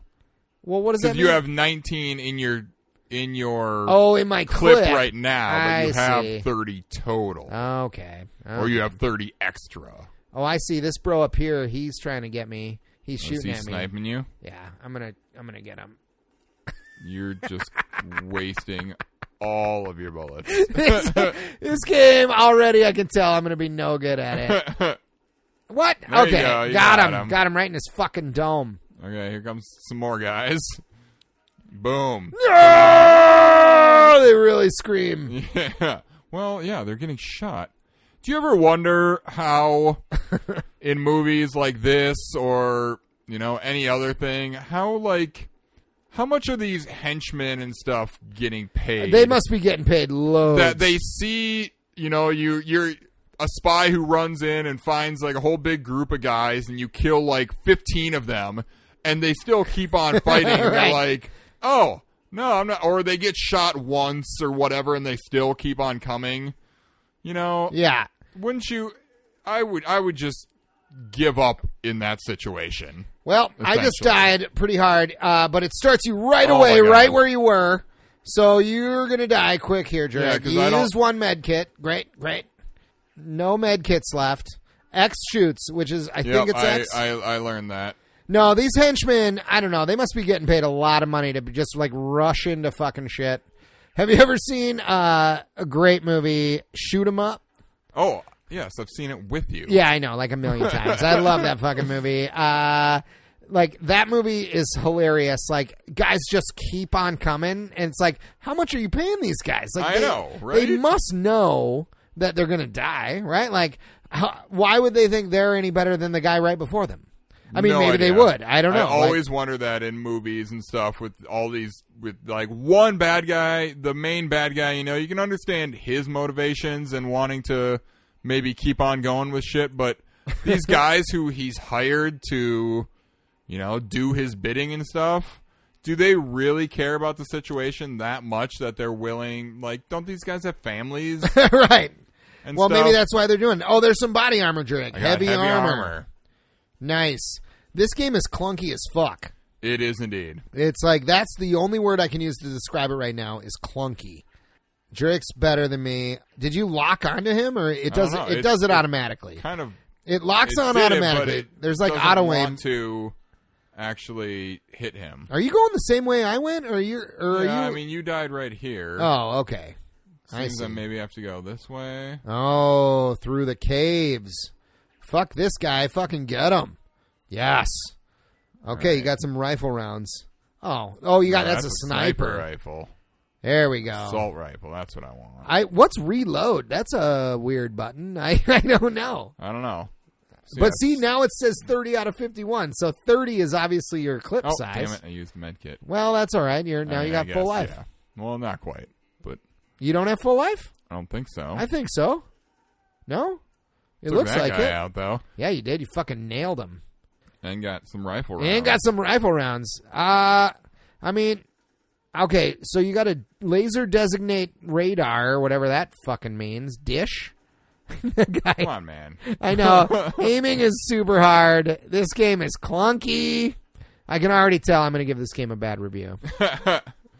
C: Well, what does
A: So
C: that
A: if
C: mean?
A: you have 19 in your in your
C: oh, in my
A: clip,
C: clip,
A: right now, but you
C: I
A: have
C: see. Oh.
A: 30 total,
C: Okay.
A: or
C: Okay.
A: you have 30 extra.
C: Oh, I see. This bro up here, he's trying to get me. He's
A: Oh, Is
C: shooting
A: he
C: at me.
A: sniping you?
C: Yeah, I'm gonna, I'm gonna
A: (laughs)
C: get him. (laughs)
A: You're just wasting all of your bullets. (laughs)
C: this, this game already, I can tell I'm gonna be no good at
A: (laughs)
C: it. What?
A: There you
C: okay,
A: go. You
C: got,
A: got
C: him.
A: him.
C: Got him right in his fucking dome.
A: Okay, here comes some more guys. Boom.
C: Oh, they really scream.
A: Yeah. Well, yeah, they're getting shot. Do you ever wonder how in movies like this or, you know, any other thing, how like how much are these henchmen and stuff getting paid?
C: They must be getting paid loads.
A: that they see, you know, you you're a spy who runs in and finds like a whole big group of guys and you kill like 15 of them and they still keep
C: (laughs)
A: on fighting and
C: Right.
A: they're like, "Oh, no, I'm not or they get shot once or whatever and they still keep on coming." You know,
C: yeah.
A: wouldn't you I would I would just give up in that situation.
C: Well, I just
A: Essentially.
C: died pretty hard, uh, but it starts you right
A: Oh
C: away,
A: my God.
C: right where you were. So you're gonna die quick here,
A: Yeah,
C: Jared.
A: 'cause I don't-
C: Use one med kit. Great, great. No med kits left. X shoots, which is I
A: Yep,
C: think it's
A: I,
C: X.
A: I I learned that.
C: No, these henchmen, I don't know. They must be getting paid a lot of money to just like rush into fucking shit. Have you ever seen uh, a great movie, Shoot 'Em Up?
A: Oh, yes, I've seen it with you.
C: Yeah, I know, like
A: (laughs)
C: a million times. I love that fucking movie. Uh, like that movie is hilarious. Like guys just keep on coming, and it's like, how much are you paying these guys? Like
A: I
C: they,
A: know,
C: They
A: right?
C: must know that they're gonna die, right? Like, how, why would they think they're any better than the guy right before them? I mean,
A: No
C: maybe they
A: idea.
C: would. I don't know.
A: I
C: Like-
A: always wonder that in movies and stuff with all these with like one bad guy, the main bad guy, you know, you can understand his motivations and wanting to maybe keep on going with shit, but
C: (laughs)
A: these guys who he's hired to, you know, do his bidding and stuff, do they really care about the situation that much that they're willing like don't these guys have
C: (laughs)
A: families
C: right.
A: and
C: Well,
A: stuff?
C: maybe that's why they're doing. Oh, there's some body armor drink.
A: I got
C: Heavy, armor. Nice. This game is clunky as fuck.
A: It is indeed.
C: It's like that's the only word I can use to describe it right now is clunky. Jerick's better than me. Did you lock onto him, or it does
A: know.
C: it,
A: It-
C: does it,
A: it
C: automatically?
A: Kind of
C: It locks
A: It
C: on
A: did it,
C: automatically.
A: but it
C: There's like
A: doesn't
C: auto aim.
A: want to actually hit him.
C: Are you going the same way I went, or you
A: Yeah,
C: or are
A: I
C: you?
A: mean, you died right here.
C: oh, okay. I
A: Seems
C: see.
A: that maybe I have to go this way.
C: Oh, through the caves. Fuck this guy. Fucking get him. Yes. Okay, you got some rifle rounds. Oh, oh, you got
A: No,
C: that's, a sniper.
A: rifle,
C: There we go.
A: assault rifle. That's what I want. I,
C: I what's reload? That's a weird button. (laughs) I I don't know.
A: don't know. See,
C: But
A: that's-
C: see, now it says 30 out of 51. So 30 is obviously your clip
A: oh
C: size.
A: damn it! I used med kit.
C: Well, that's all right. You're now
A: I mean,
C: you got
A: I
C: full
A: guess,
C: life.
A: yeah. Well, not quite, but
C: You don't have full life?
A: I don't think so.
C: I think so. No? It
A: Took
C: looks
A: that
C: like
A: guy
C: it.
A: out though,
C: Yeah, you did. You fucking nailed him.
A: and got some rifle.
C: And got some rifle rounds. Uh I mean, okay, so you got a laser designate radar or whatever that fucking means. Dish. The guy-
A: Come on, man.
C: I know. Aiming is super hard. This game is clunky. I can already tell I'm going to give this game a bad review.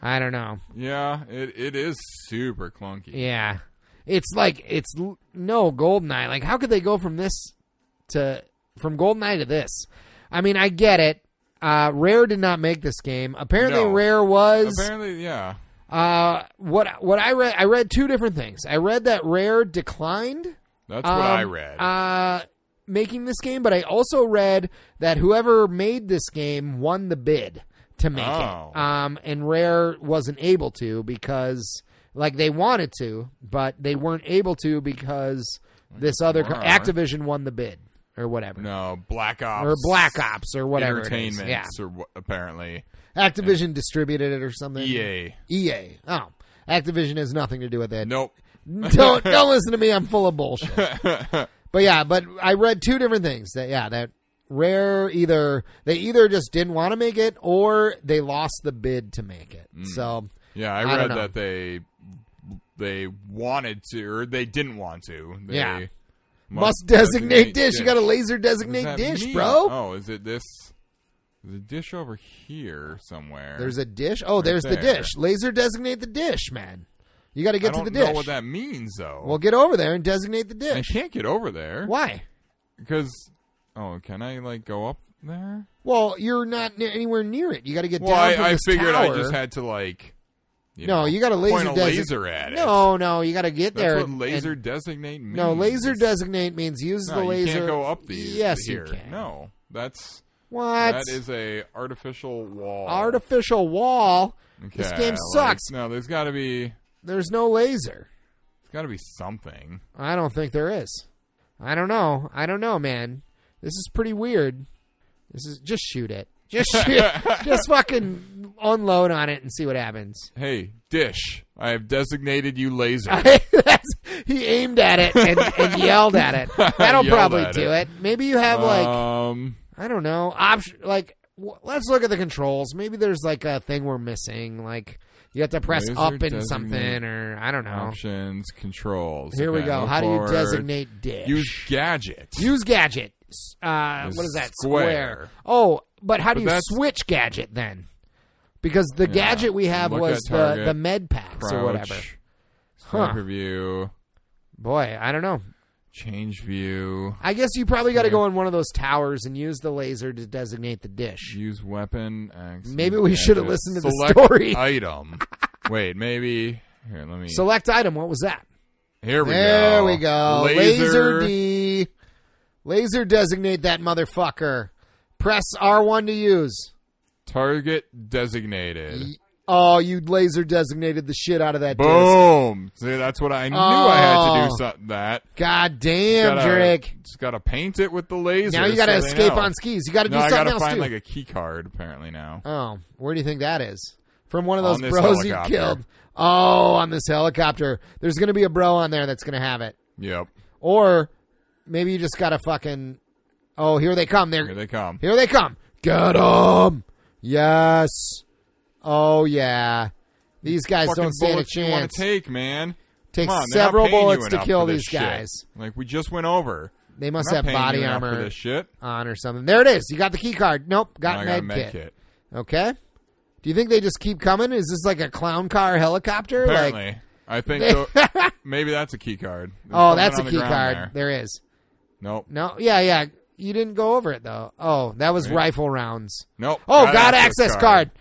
C: I don't know.
A: yeah, it it is super clunky.
C: Yeah. It's like it's l- no Goldeneye. Like how could they go from this to from Goldeneye to this? I mean, I get it. Uh, Rare did not make this game. Apparently,
A: No.
C: Rare was
A: Apparently, yeah.
C: uh, what what I read. I read two different things. I read that Rare declined
A: That's what I
C: um,
A: read.
C: Uh, making this game, but I also read that whoever made this game won the bid to make
A: Oh.
C: it. Um, and Rare wasn't able to because, like, they wanted to, but they weren't able to because this other co-
A: were.
C: Activision won the bid or whatever.
A: no, Black Ops
C: Or Black Ops or whatever. it is.
A: Entertainment,
C: Yeah.
A: or wha- apparently E
C: Activision distributed it or something.
A: EA.
C: EA. Oh. Activision has nothing to do with it.
A: Nope. (laughs)
C: (laughs) don't don't listen to me. I'm full of bullshit. but yeah, but I read two different things that yeah that rare either they either just didn't want to make it
A: Mm.
C: or they lost the bid to make it. So
A: Yeah, I,
C: I don't
A: read
C: know.
A: that they they wanted to or they didn't want to. They
C: Yeah. Must designate dish. You got a laser
A: What does
C: designate
A: that
C: dish,
A: mean?
C: bro.
A: Oh, is it this? The dish over here somewhere.
C: There's a dish. Oh, there's the
A: there.
C: dish. Laser designate the dish, man. You got to get
A: I
C: to
A: don't
C: the
A: know
C: dish.
A: what that means though.
C: well, get over there and designate the
A: I
C: dish.
A: can't get over there
C: Why?
A: because. Oh, can I like go up there?
C: Well, you're not ne- anywhere near it. You got to get
A: Well,
C: down from
A: I, I
C: this
A: figured
C: tower.
A: I just had to like. You
C: no,
A: know,
C: you got to laser
A: point a
C: desi-
A: laser at it.
C: No, no, you got to get
A: that's
C: there.
A: what
C: and-
A: laser
C: and-
A: designate means.
C: no, laser designate means use
A: No,
C: the
A: you
C: laser.
A: can't go up these.
C: Yes,
A: here.
C: you can.
A: No, that's
C: what?
A: that is a artificial wall.
C: artificial wall.
A: Okay,
C: This game
A: like,
C: sucks.
A: no, there's got to be there's
C: There's no laser.
A: got to be something.
C: I don't think there is. I don't know. I don't know, man. This is pretty weird. This is just shoot it.
A: (laughs)
C: Just shoot. just fucking unload on it and see what happens. (laughs)
A: Hey, dish! I have designated you laser.
C: That's- he aimed at it and, and yelled
A: (laughs)
C: at it. That'll
A: Yelled
C: probably
A: at
C: do
A: it.
C: it. Maybe you have like
A: um,
C: I don't know option. Like w- let's look at the controls. Maybe there's like a thing we're missing. Like you have to press
A: Laser
C: up in
A: designate
C: something or I don't know.
A: options, controls.
C: oh. Here we
A: Okay,
C: go.
A: look
C: How do you
A: forward.
C: designate dish?
A: Use gadget.
C: Use gadget. S- Uh,
A: Is
C: what is that? Square.
A: square.
C: Oh, but how do
A: But
C: you
A: that's-
C: switch gadget then? Because the gadget we have
A: Look
C: was
A: at
C: the,
A: target.
C: the med packs
A: crouch,
C: or whatever.
A: sniper
C: Huh.
A: view,
C: Boy, I don't know.
A: change view,
C: I guess you probably got to go in one of those towers and use the laser to designate the dish.
A: use weapon. X,
C: Maybe
A: use
C: we shoulda
A: gadget.
C: listened to the
A: Select
C: story. (laughs)
A: Item. Wait, maybe. Here, let me.
C: Select item. What was that?
A: here we
C: there
A: go.
C: we go.
A: Laser.
C: D. Laser designate that motherfucker. Press R1 to use.
A: Target designated.
C: Y- Oh, you laser designated the shit out of that dish.
A: Boom! See, that's what I knew. I had to
C: Oh.
A: do something that.
C: God damn,
A: Gotta-
C: Drake.
A: Just gotta paint it with the laser.
C: Now you
A: got to
C: escape on skis. You got to do
A: No, I
C: something
A: gotta
C: else
A: find
C: too.
A: like a key card apparently now.
C: oh, where do you think that is? From one of
A: On
C: those
A: this
C: bros
A: helicopter.
C: you killed. Oh, on this helicopter. There's going to be a bro on there that's going to have it.
A: Yep.
C: Or maybe you just got to fucking. Oh, here they come. They're
A: Here they come.
C: here they come. Get them. Yes. Oh yeah. These guys
A: Fucking
C: don't stand a
A: bullets you want
C: chance.
A: to take, man.
C: Takes
A: Come on, they're not
C: several
A: paying you
C: bullets to
A: enough
C: kill
A: for this
C: these
A: shit.
C: guys.
A: Like we just went over.
C: They
A: I'm
C: must
A: not
C: have
A: paying
C: body
A: you enough
C: armor
A: for this shit.
C: on or something. There it is. You got the key card. Nope. Got
A: And I
C: med,
A: got a med
C: kit.
A: kit.
C: Okay. Do you think they just keep coming? Is this like a clown car helicopter?
A: Apparently,
C: Like,
A: I think
C: (laughs)
A: tho- maybe that's a key card. There's
C: oh,
A: something
C: that's a
A: on the
C: key
A: ground
C: card.
A: there.
C: there is.
A: Nope.
C: No, yeah, yeah. You didn't go over it though. Oh, that was
A: Right.
C: rifle rounds.
A: Nope.
C: Oh, got, access card.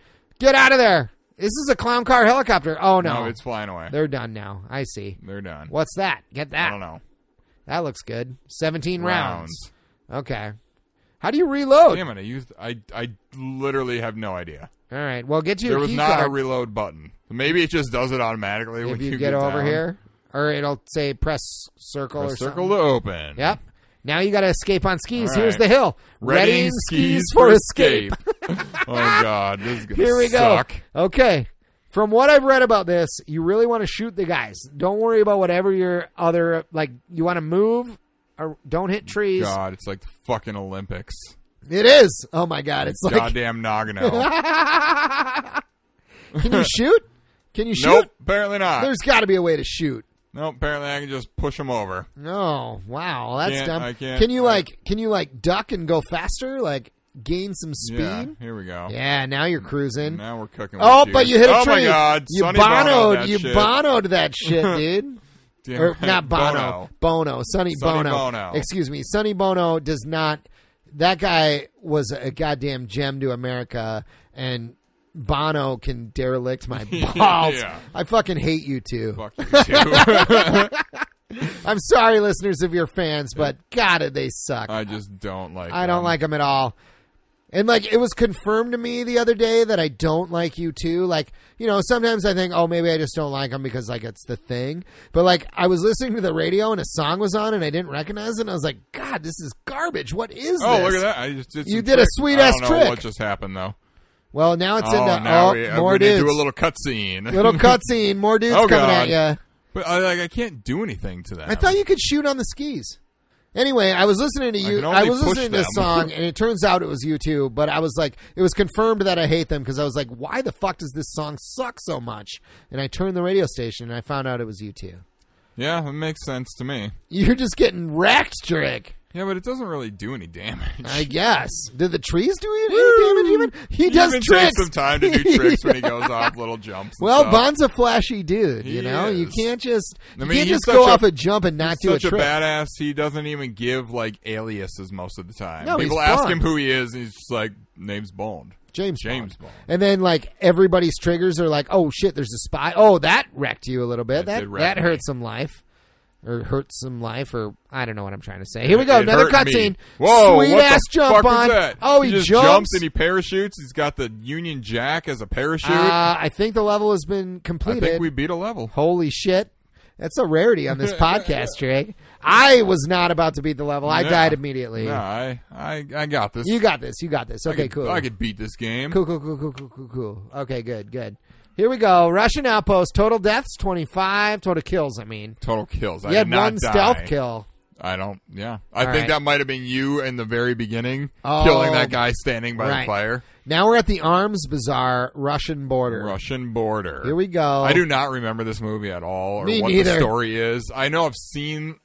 C: Get out of there. This is a clown car helicopter. Oh no,
A: No, it's flying away. They're,
C: they're done now. I see.
A: done.
C: What's that? Get that.
A: I don't know.
C: That looks good. Seventeen rounds.
A: Rounds.
C: Okay. How do you reload?
A: Damn it! I used. I I literally have no idea.
C: All right. Well, get you
A: There
C: a
A: was
C: key
A: not a
C: card
A: reload button. Maybe it just does it automatically
C: if
A: when
C: you,
A: you
C: get, over
A: down.
C: here, or it'll say press circle
A: Press
C: or something.
A: circle to open.
C: Yep. Now you got to escape on skis.
A: All
C: Here's
A: right.
C: the hill.
A: Readying
C: Readying skis for escape.
A: (laughs) oh God, this is gonna
C: Here we go.
A: suck.
C: Okay. From what I've read about this, you really want to shoot the guys. Don't worry about whatever your other like. You want to move, or don't hit trees.
A: God, it's like the fucking Olympics.
C: It is. Oh my god! It's (laughs) like.
A: Goddamn
C: (laughs)
A: Nagano. (laughs)
C: Can you shoot? Can you shoot?
A: nope, apparently not.
C: There's got to be a way to shoot.
A: nope, apparently I can just push them over.
C: No. Wow. That's
A: Can't-
C: dumb.
A: I can't-
C: can you
A: I-
C: like? Can you like duck and go faster? Like gain some speed.
A: Yeah, here we go.
C: Yeah, now you're cruising.
A: Now we're cooking.
C: Oh,
A: with
C: but you hit a
A: oh
C: tree.
A: my God,
C: you
A: Sonny
C: bonoed.
A: that
C: you
A: shit.
C: bonoed
A: (laughs)
C: that shit, dude.
A: Damn
C: or
A: right,
C: not Bono,
A: Bono.
C: Bono, Sonny,
A: Sonny
C: Bono.
A: Bono.
C: Excuse me, Sonny Bono does not. That guy was a goddamn gem to America, and Bono can derelict my balls.
A: (laughs) Yeah.
C: I fucking hate you too.
A: Fuck you
C: (laughs)
A: too.
C: I'm sorry, listeners, if you're fans, but God, did they suck.
A: I just don't like.
C: I don't
A: them.
C: like him at all. And like it was confirmed to me the other day that I don't like you too. Like you know, sometimes I think, oh, maybe I just don't like him because like it's the thing. But like I was listening to the radio and a song was on and I didn't recognize it. and I was like, God, this is garbage. What is
A: Oh,
C: this?
A: look at that! I just did
C: You
A: some
C: did a
A: trick.
C: sweet
A: I
C: ass
A: don't know
C: trick.
A: What just happened though?
C: Well, now it's
A: oh,
C: into
A: now
C: oh,
A: we, we
C: more
A: need to
C: dudes,
A: do a little cutscene. (laughs) uh,
C: little cutscene, more dudes
A: Oh,
C: coming
A: God.
C: at you.
A: but I, like, I can't do anything to them.
C: I thought you could shoot on the skis. Anyway, I was listening to you.
A: can
C: I,
A: only
C: was
A: push
C: listening to this
A: them. (laughs)
C: song, and it turns out it was you too. But I was like, it was confirmed that I hate them because I was like, why the fuck does this song suck so much? And I turned the radio station, and I found out it was you too.
A: Yeah, it makes sense to me.
C: You're just getting wrecked, Drake.
A: Yeah, but it doesn't really do any damage. (laughs)
C: I guess. Did the trees do any- any damage? Even he does
A: even
C: tricks.
A: takes some time to do tricks when he goes
C: (laughs)
A: off little jumps. and
C: Well,
A: stuff.
C: Bond's a flashy dude, you
A: Oh. He
C: know. You
A: is.
C: can't just
A: I
C: you
A: mean,
C: can't
A: he's
C: just go
A: such a-
C: off a jump and not do a
A: such a
C: trick.
A: badass. He doesn't even give like aliases most of the time.
C: No,
A: People
C: he's
A: ask
C: Bond.
A: him who he is, and he's just like, "Name's Bond."
C: James
A: James
C: Bond.
A: Bond.
C: And then like everybody's triggers are like, oh shit, there's a spy. Oh, that wrecked you a little
A: That
C: bit. That
A: did
C: that,
A: wreck
C: hurt
A: me.
C: some life, or hurt some life, or I don't know what I'm trying to say. Here we go,
A: It
C: another
A: hurt me.
C: cutscene.
A: Whoa!
C: sweet
A: what
C: ass
A: the
C: jump
A: fuck was
C: Bond.
A: that?
C: Oh,
A: he,
C: he,
A: just jumps and he parachutes. He's got the Union Jack as a parachute.
C: uh, I think the level has been
A: I
C: completed.
A: think we beat a level.
C: Holy shit. That's a rarity
A: (laughs)
C: on this podcast, Drake. I was not about to beat the level. I
A: Yeah.
C: died immediately.
A: No, I, I, I got this.
C: You got this. You got this.
A: I
C: Okay,
A: could-
C: cool.
A: I could beat this game.
C: Cool, cool, cool, cool, cool, cool, cool. Okay, good, good. Here we go. Russian outpost. Total deaths, 25. Total kills, I mean.
A: Total kills.
C: You
A: I
C: had
A: did not
C: one
A: die.
C: stealth kill.
A: I don't. Yeah, I
C: All
A: think
C: right.
A: that might have been you in the very beginning,
C: Oh.
A: killing that guy standing by
C: Right.
A: the fire.
C: Now we're at the arms bazaar, Russian border.
A: Russian border.
C: Here we go.
A: I do not remember this movie at all, or
C: Oh. Me
A: what
C: neither.
A: the story is. I know I've seen.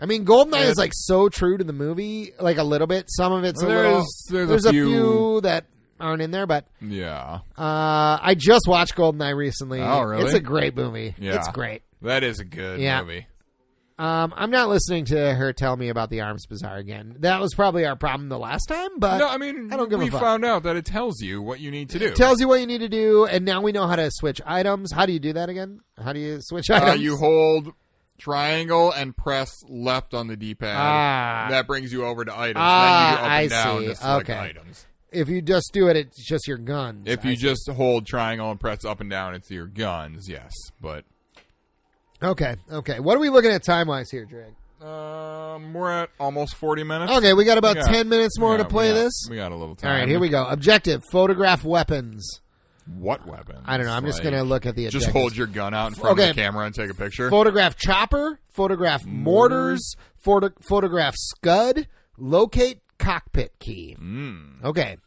C: I mean, Goldeneye
A: Yeah.
C: is like so true to the movie, like a little bit. Some of it's a
A: There's-
C: little.
A: there's a
C: a
A: few-
C: few that aren't in there, but
A: Yeah,
C: Uh, I just watched GoldenEye recently.
A: Oh, really?
C: It's a great movie.
A: Yeah.
C: It's great.
A: that is a good
C: Yeah.
A: movie.
C: Um, I'm not listening to her tell me about the Arms Bazaar again. That was probably our problem the last time, but
A: No, I mean,
C: Uh, I don't give
A: we
C: a fuck.
A: found out that it tells you what you need to do.
C: it tells you what you need to do, and now we know how to switch items. How do you do that again? How do you switch
A: uh,
C: items?
A: you hold triangle and press left on the D-pad.
C: Ah.
A: That brings you over to items.
C: Ah,
A: then you go up
C: I
A: and down
C: see.
A: to select
C: Okay.
A: items.
C: if you just do it, it's just your guns.
A: If
C: I
A: you
C: see.
A: just hold triangle and press up and down, it's your guns. Yes, but
C: okay, okay. What are we looking at time wise here, Drake?
A: um, we're at almost forty minutes.
C: Okay, we got about
A: We got-
C: ten minutes more
A: Yeah,
C: to Oh, play
A: we got-
C: this.
A: We got a little
C: All
A: time.
C: right, here we go. Objective: photograph weapons.
A: What weapon?
C: I don't know. I'm just gonna look at the
A: Just
C: objectives.
A: hold your gun out in front
C: Okay.
A: of the camera and take a picture.
C: photograph chopper, photograph mortars, photo- photograph scud, locate cockpit key.
A: Mm.
C: Okay,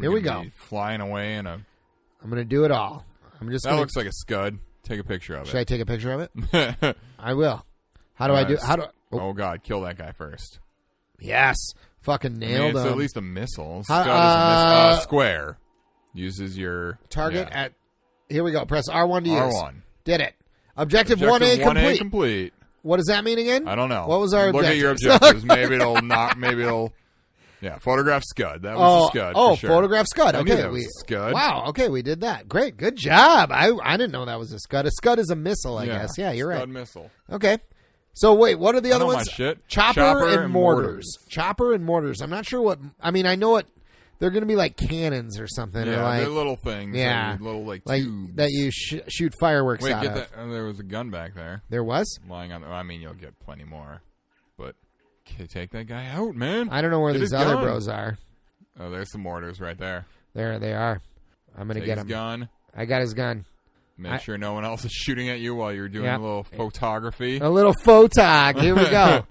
C: here we
A: can
C: go.
A: be Flying away in a
C: I'm gonna do it all. I'm just
A: that
C: gonna.
A: looks like a scud. Take a picture of
C: should I
A: it.
C: take a picture of it?
A: (laughs)
C: I will. How do I do?
A: Nice.
C: How do? Oh,
A: Oh God, kill that guy first.
C: Yes, fucking
A: I mean,
C: nailed
A: it's
C: him.
A: at least a missile.
C: How-
A: Scud is a
C: uh,
A: miss- uh, square. Uses your
C: Target at. Here we go. Press R1 to
A: R
C: use.
A: one.
C: Did it. Objective, 1A complete.
A: complete.
C: what does that mean again?
A: I don't know.
C: What was our
A: look
C: (laughs)
A: at your
C: objectives?
A: objectives? maybe it'll not. Maybe it'll. Yeah, photograph scud. That was
C: Oh,
A: a scud.
C: oh,
A: for sure.
C: photograph scud.
A: I
C: Okay,
A: knew that was
C: we
A: a scud.
C: Wow. Okay, we did that. Great. Good job. I I didn't know that was a scud. A scud is a missile, I guess. Yeah, you're
A: Scud
C: right.
A: missile.
C: Okay. So wait, what are the other
A: know my
C: ones?
A: shit.
C: Chopper,
A: Chopper
C: and,
A: and
C: mortars.
A: mortars.
C: Chopper and mortars. I'm not sure what. I mean, I know what they're going to be like cannons or something,
A: Yeah,
C: or
A: they're
C: like
A: little things.
C: yeah.
A: Yeah, little like,
C: like
A: tubes.
C: that you sh- shoot fireworks
A: Wait,
C: out
A: get
C: of.
A: that. Oh, there was a gun back there
C: There was.
A: lying on. The, I mean, you'll get plenty more, but k- take that guy out, man.
C: I don't know where
A: Get
C: these
A: his
C: other
A: gun.
C: bros are.
A: Oh, there's some mortars right there.
C: There they are. I'm gonna
A: Take
C: get
A: his
C: him.
A: gun.
C: I got his gun.
A: Make
C: I-
A: sure no one else is shooting at you while you're doing
C: Yeah. Oh,
A: a little photography.
C: A little photog. Here we
A: (laughs)
C: go.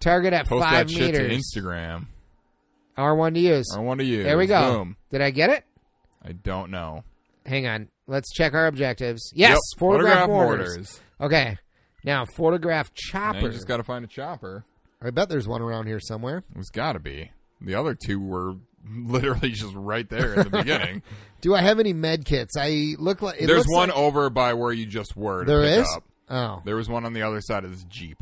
C: Target at
A: Post
C: five
A: that shit
C: meters.
A: to Instagram.
C: R1 to use.
A: I want to use.
C: There we go.
A: Boom.
C: Did I get it?
A: I don't know.
C: Hang on. Let's check our objectives. Yes,
A: Yep,
C: photograph,
A: photograph
C: mortars.
A: mortars.
C: Okay. Now photograph
A: Now you
C: chopper.
A: just got to find a chopper.
C: I bet there's one around here somewhere.
A: It's got to be. The other two were (laughs) literally just right there
C: (laughs)
A: at the beginning.
C: Do I have any med kits? I look like it
A: There's
C: looks
A: one
C: Like,
A: over by where you just were. To
C: there
A: pick
C: is.
A: Up.
C: Oh,
A: There was one on the other side of this jeep.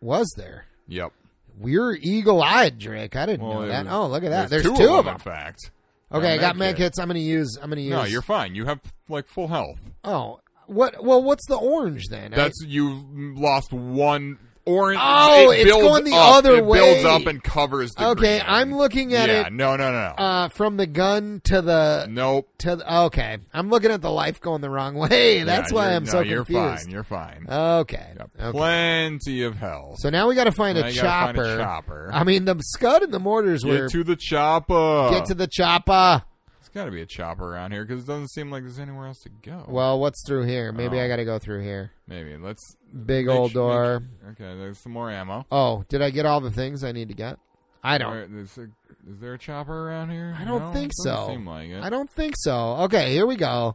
C: was there?
A: Yep.
C: We're eagle-eyed, Drake. I didn't know
A: Well,
C: that.
A: there's-
C: Oh, look at that. There's,
A: two,
C: of
A: In
C: them.
A: fact.
C: Okay, I got med
A: med
C: kits. I'm gonna use. I'm gonna use.
A: No, you're fine. You have like full health.
C: Oh, what? Well, what's the orange then? I-
A: That's you lost one orange.
C: Oh,
A: it
C: it's
A: builds
C: going the
A: up.
C: other
A: it
C: way.
A: Builds up and covers. the
C: okay,
A: green.
C: I'm looking at
A: yeah,
C: it
A: no, no, no. no.
C: uh, from the gun to the
A: nope.
C: To the, okay, I'm looking at the life going the wrong way. (laughs) That's
A: Yeah,
C: why
A: you're-
C: I'm
A: no,
C: so
A: you're
C: confused.
A: fine. You're fine.
C: Okay.
A: Got
C: okay.
A: Plenty of health.
C: So now we got to find
A: Now
C: a
A: you gotta find
C: chopper.
A: a chopper.
C: I mean, the scud and the mortars were
A: Get to the chopper.
C: get to the chopper.
A: It's got to be a chopper around here because it doesn't seem like there's anywhere else to go.
C: Well, what's through here? Maybe
A: Oh.
C: I got to go through here.
A: Maybe let's
C: Big
A: make
C: old
A: su-
C: door.
A: make- okay, there's some more ammo.
C: Oh, did I get all the things I need to get? I don't.
A: Where- is, there, is there a chopper around here?
C: I don't
A: No,
C: think
A: doesn't
C: so.
A: Seem like it.
C: I don't think so. Okay, here we go.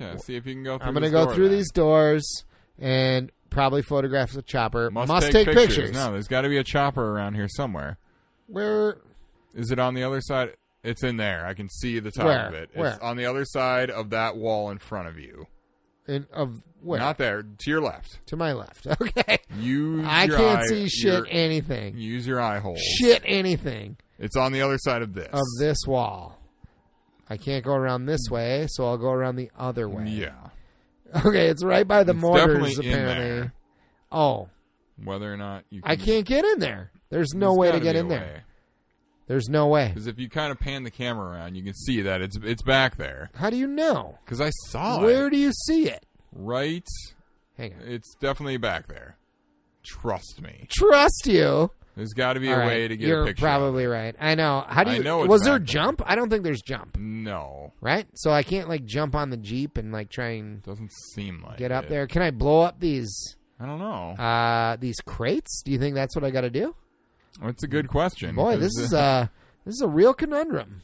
A: Okay, see if you can go. Through
C: I'm gonna
A: this
C: go
A: door
C: through
A: then.
C: these doors and probably photograph the chopper.
A: Must,
C: take, pictures.
A: No, there's got to be a chopper around here somewhere.
C: Where?
A: Is it on the other side? It's in there. I can see the top
C: Where?
A: of it. It's
C: Where?
A: on the other side of that wall in front of you.
C: In, of where?
A: Not there. To your left.
C: to my left. (laughs) Okay.
A: Use
C: I
A: your
C: can't
A: eye-
C: see shit
A: your-
C: anything.
A: use your eye holes.
C: Shit anything
A: It's on the other side of this.
C: of this wall. I can't go around this way, so I'll go around the other way.
A: Mm. Yeah.
C: (laughs) Okay, it's right by the
A: It's
C: mortars
A: definitely in
C: apparently.
A: there.
C: Oh,
A: Whether or not you can.
C: I can't get in there. There's no
A: There's
C: way to
A: gotta
C: get
A: be
C: in
A: a
C: there.
A: way.
C: There's no way.
A: Because if you kind of pan the camera around, you can see that it's it's back there.
C: How do you know?
A: Because I saw
C: Where
A: it.
C: do you see it?
A: Right.
C: Hang on.
A: It's definitely back there. Trust me.
C: Trust you.
A: There's got to be a
C: All right,
A: way to get
C: You're
A: a picture. of it.
C: probably right. I know. How do
A: I
C: you
A: know it's
C: Was there
A: back there.
C: jump? I don't think there's jump,
A: No,
C: right? So I can't like jump on the Jeep and like try and
A: doesn't seem like
C: get up
A: it.
C: there. Can I blow up these
A: I don't know.
C: uh these crates? Do you think that's what I got to do?
A: It's a good question.
C: Boy,
A: 'cause,
C: this is
A: uh, (laughs)
C: a this is a real conundrum.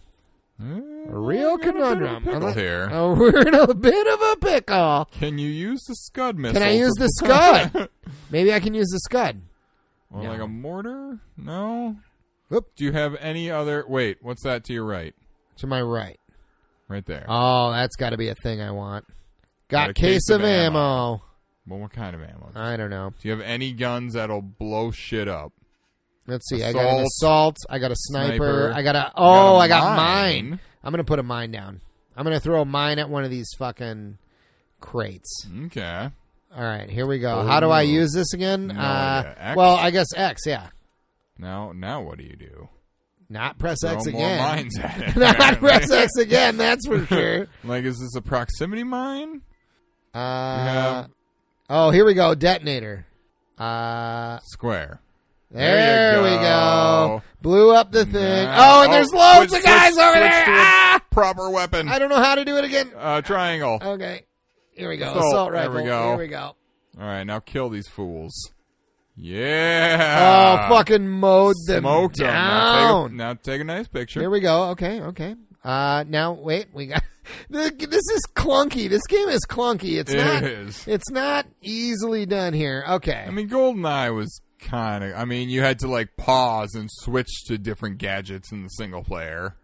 A: eh,
C: A
A: we're in a
C: real
A: bit of a
C: conundrum.
A: pickle
C: Unless-
A: here.
C: Oh, we're in (laughs) a bit of a pickle.
A: Can you use the scud missile?
C: Can I use
A: to- (laughs)
C: the scud? Maybe I can use the scud.
A: Or
C: No.
A: like a mortar? No.
C: Whoop.
A: Do you have any other? Wait, what's that to your right?
C: To my right.
A: Right there.
C: Oh, that's got to be a thing I want. Got
A: Got a
C: case, of ammo.
A: well, what kind of ammo?
C: I don't know.
A: Do you have any guns that'll blow shit up?
C: Let's see. I got an
A: Assault.
C: assault. I got a sniper.
A: Sniper.
C: I got a. Oh,
A: a
C: I got
A: mine.
C: mine. I'm gonna put a mine down. I'm gonna throw a mine at one of these fucking crates.
A: Okay.
C: All right, here we go. How do I
A: Ooh.
C: use this again?
A: No
C: uh,
A: idea. X?
C: Well, I guess X. Yeah.
A: Now, now what do you do?
C: Not press X
A: Throw
C: again.
A: More mines at it. (laughs)
C: (laughs) Not
A: apparently.
C: press X again.
A: (laughs)
C: That's for sure.
A: Like, is this a proximity mine?
C: Uh, oh, here we go. Detonator. Uh,
A: Square.
C: there,
A: There you
C: we
A: go.
C: go. Blew up the thing. oh, and there's loads
A: switch-
C: of guys
A: switch-
C: over
A: switch
C: there.
A: to a
C: Ah!
A: Proper weapon.
C: I don't know how to do it again.
A: Uh, triangle.
C: Okay. Here we go.
A: Assault.
C: Assault,
A: There
C: rifle.
A: we go.
C: Here we go.
A: All right, now kill these fools.
C: Oh,
A: Yeah.
C: fucking mowed them
A: Smoked Ah. 'em.
C: down.
A: Now, take a, now take a nice picture.
C: Here we go. Okay, okay. Uh, now wait, we got (laughs) this is clunky. This game is clunky.
A: (laughs)
C: It's
A: It
C: not.
A: is.
C: It's not easily done here. Okay.
A: I mean, GoldenEye was kind of. I mean, you had to like pause and switch to different gadgets in the single player.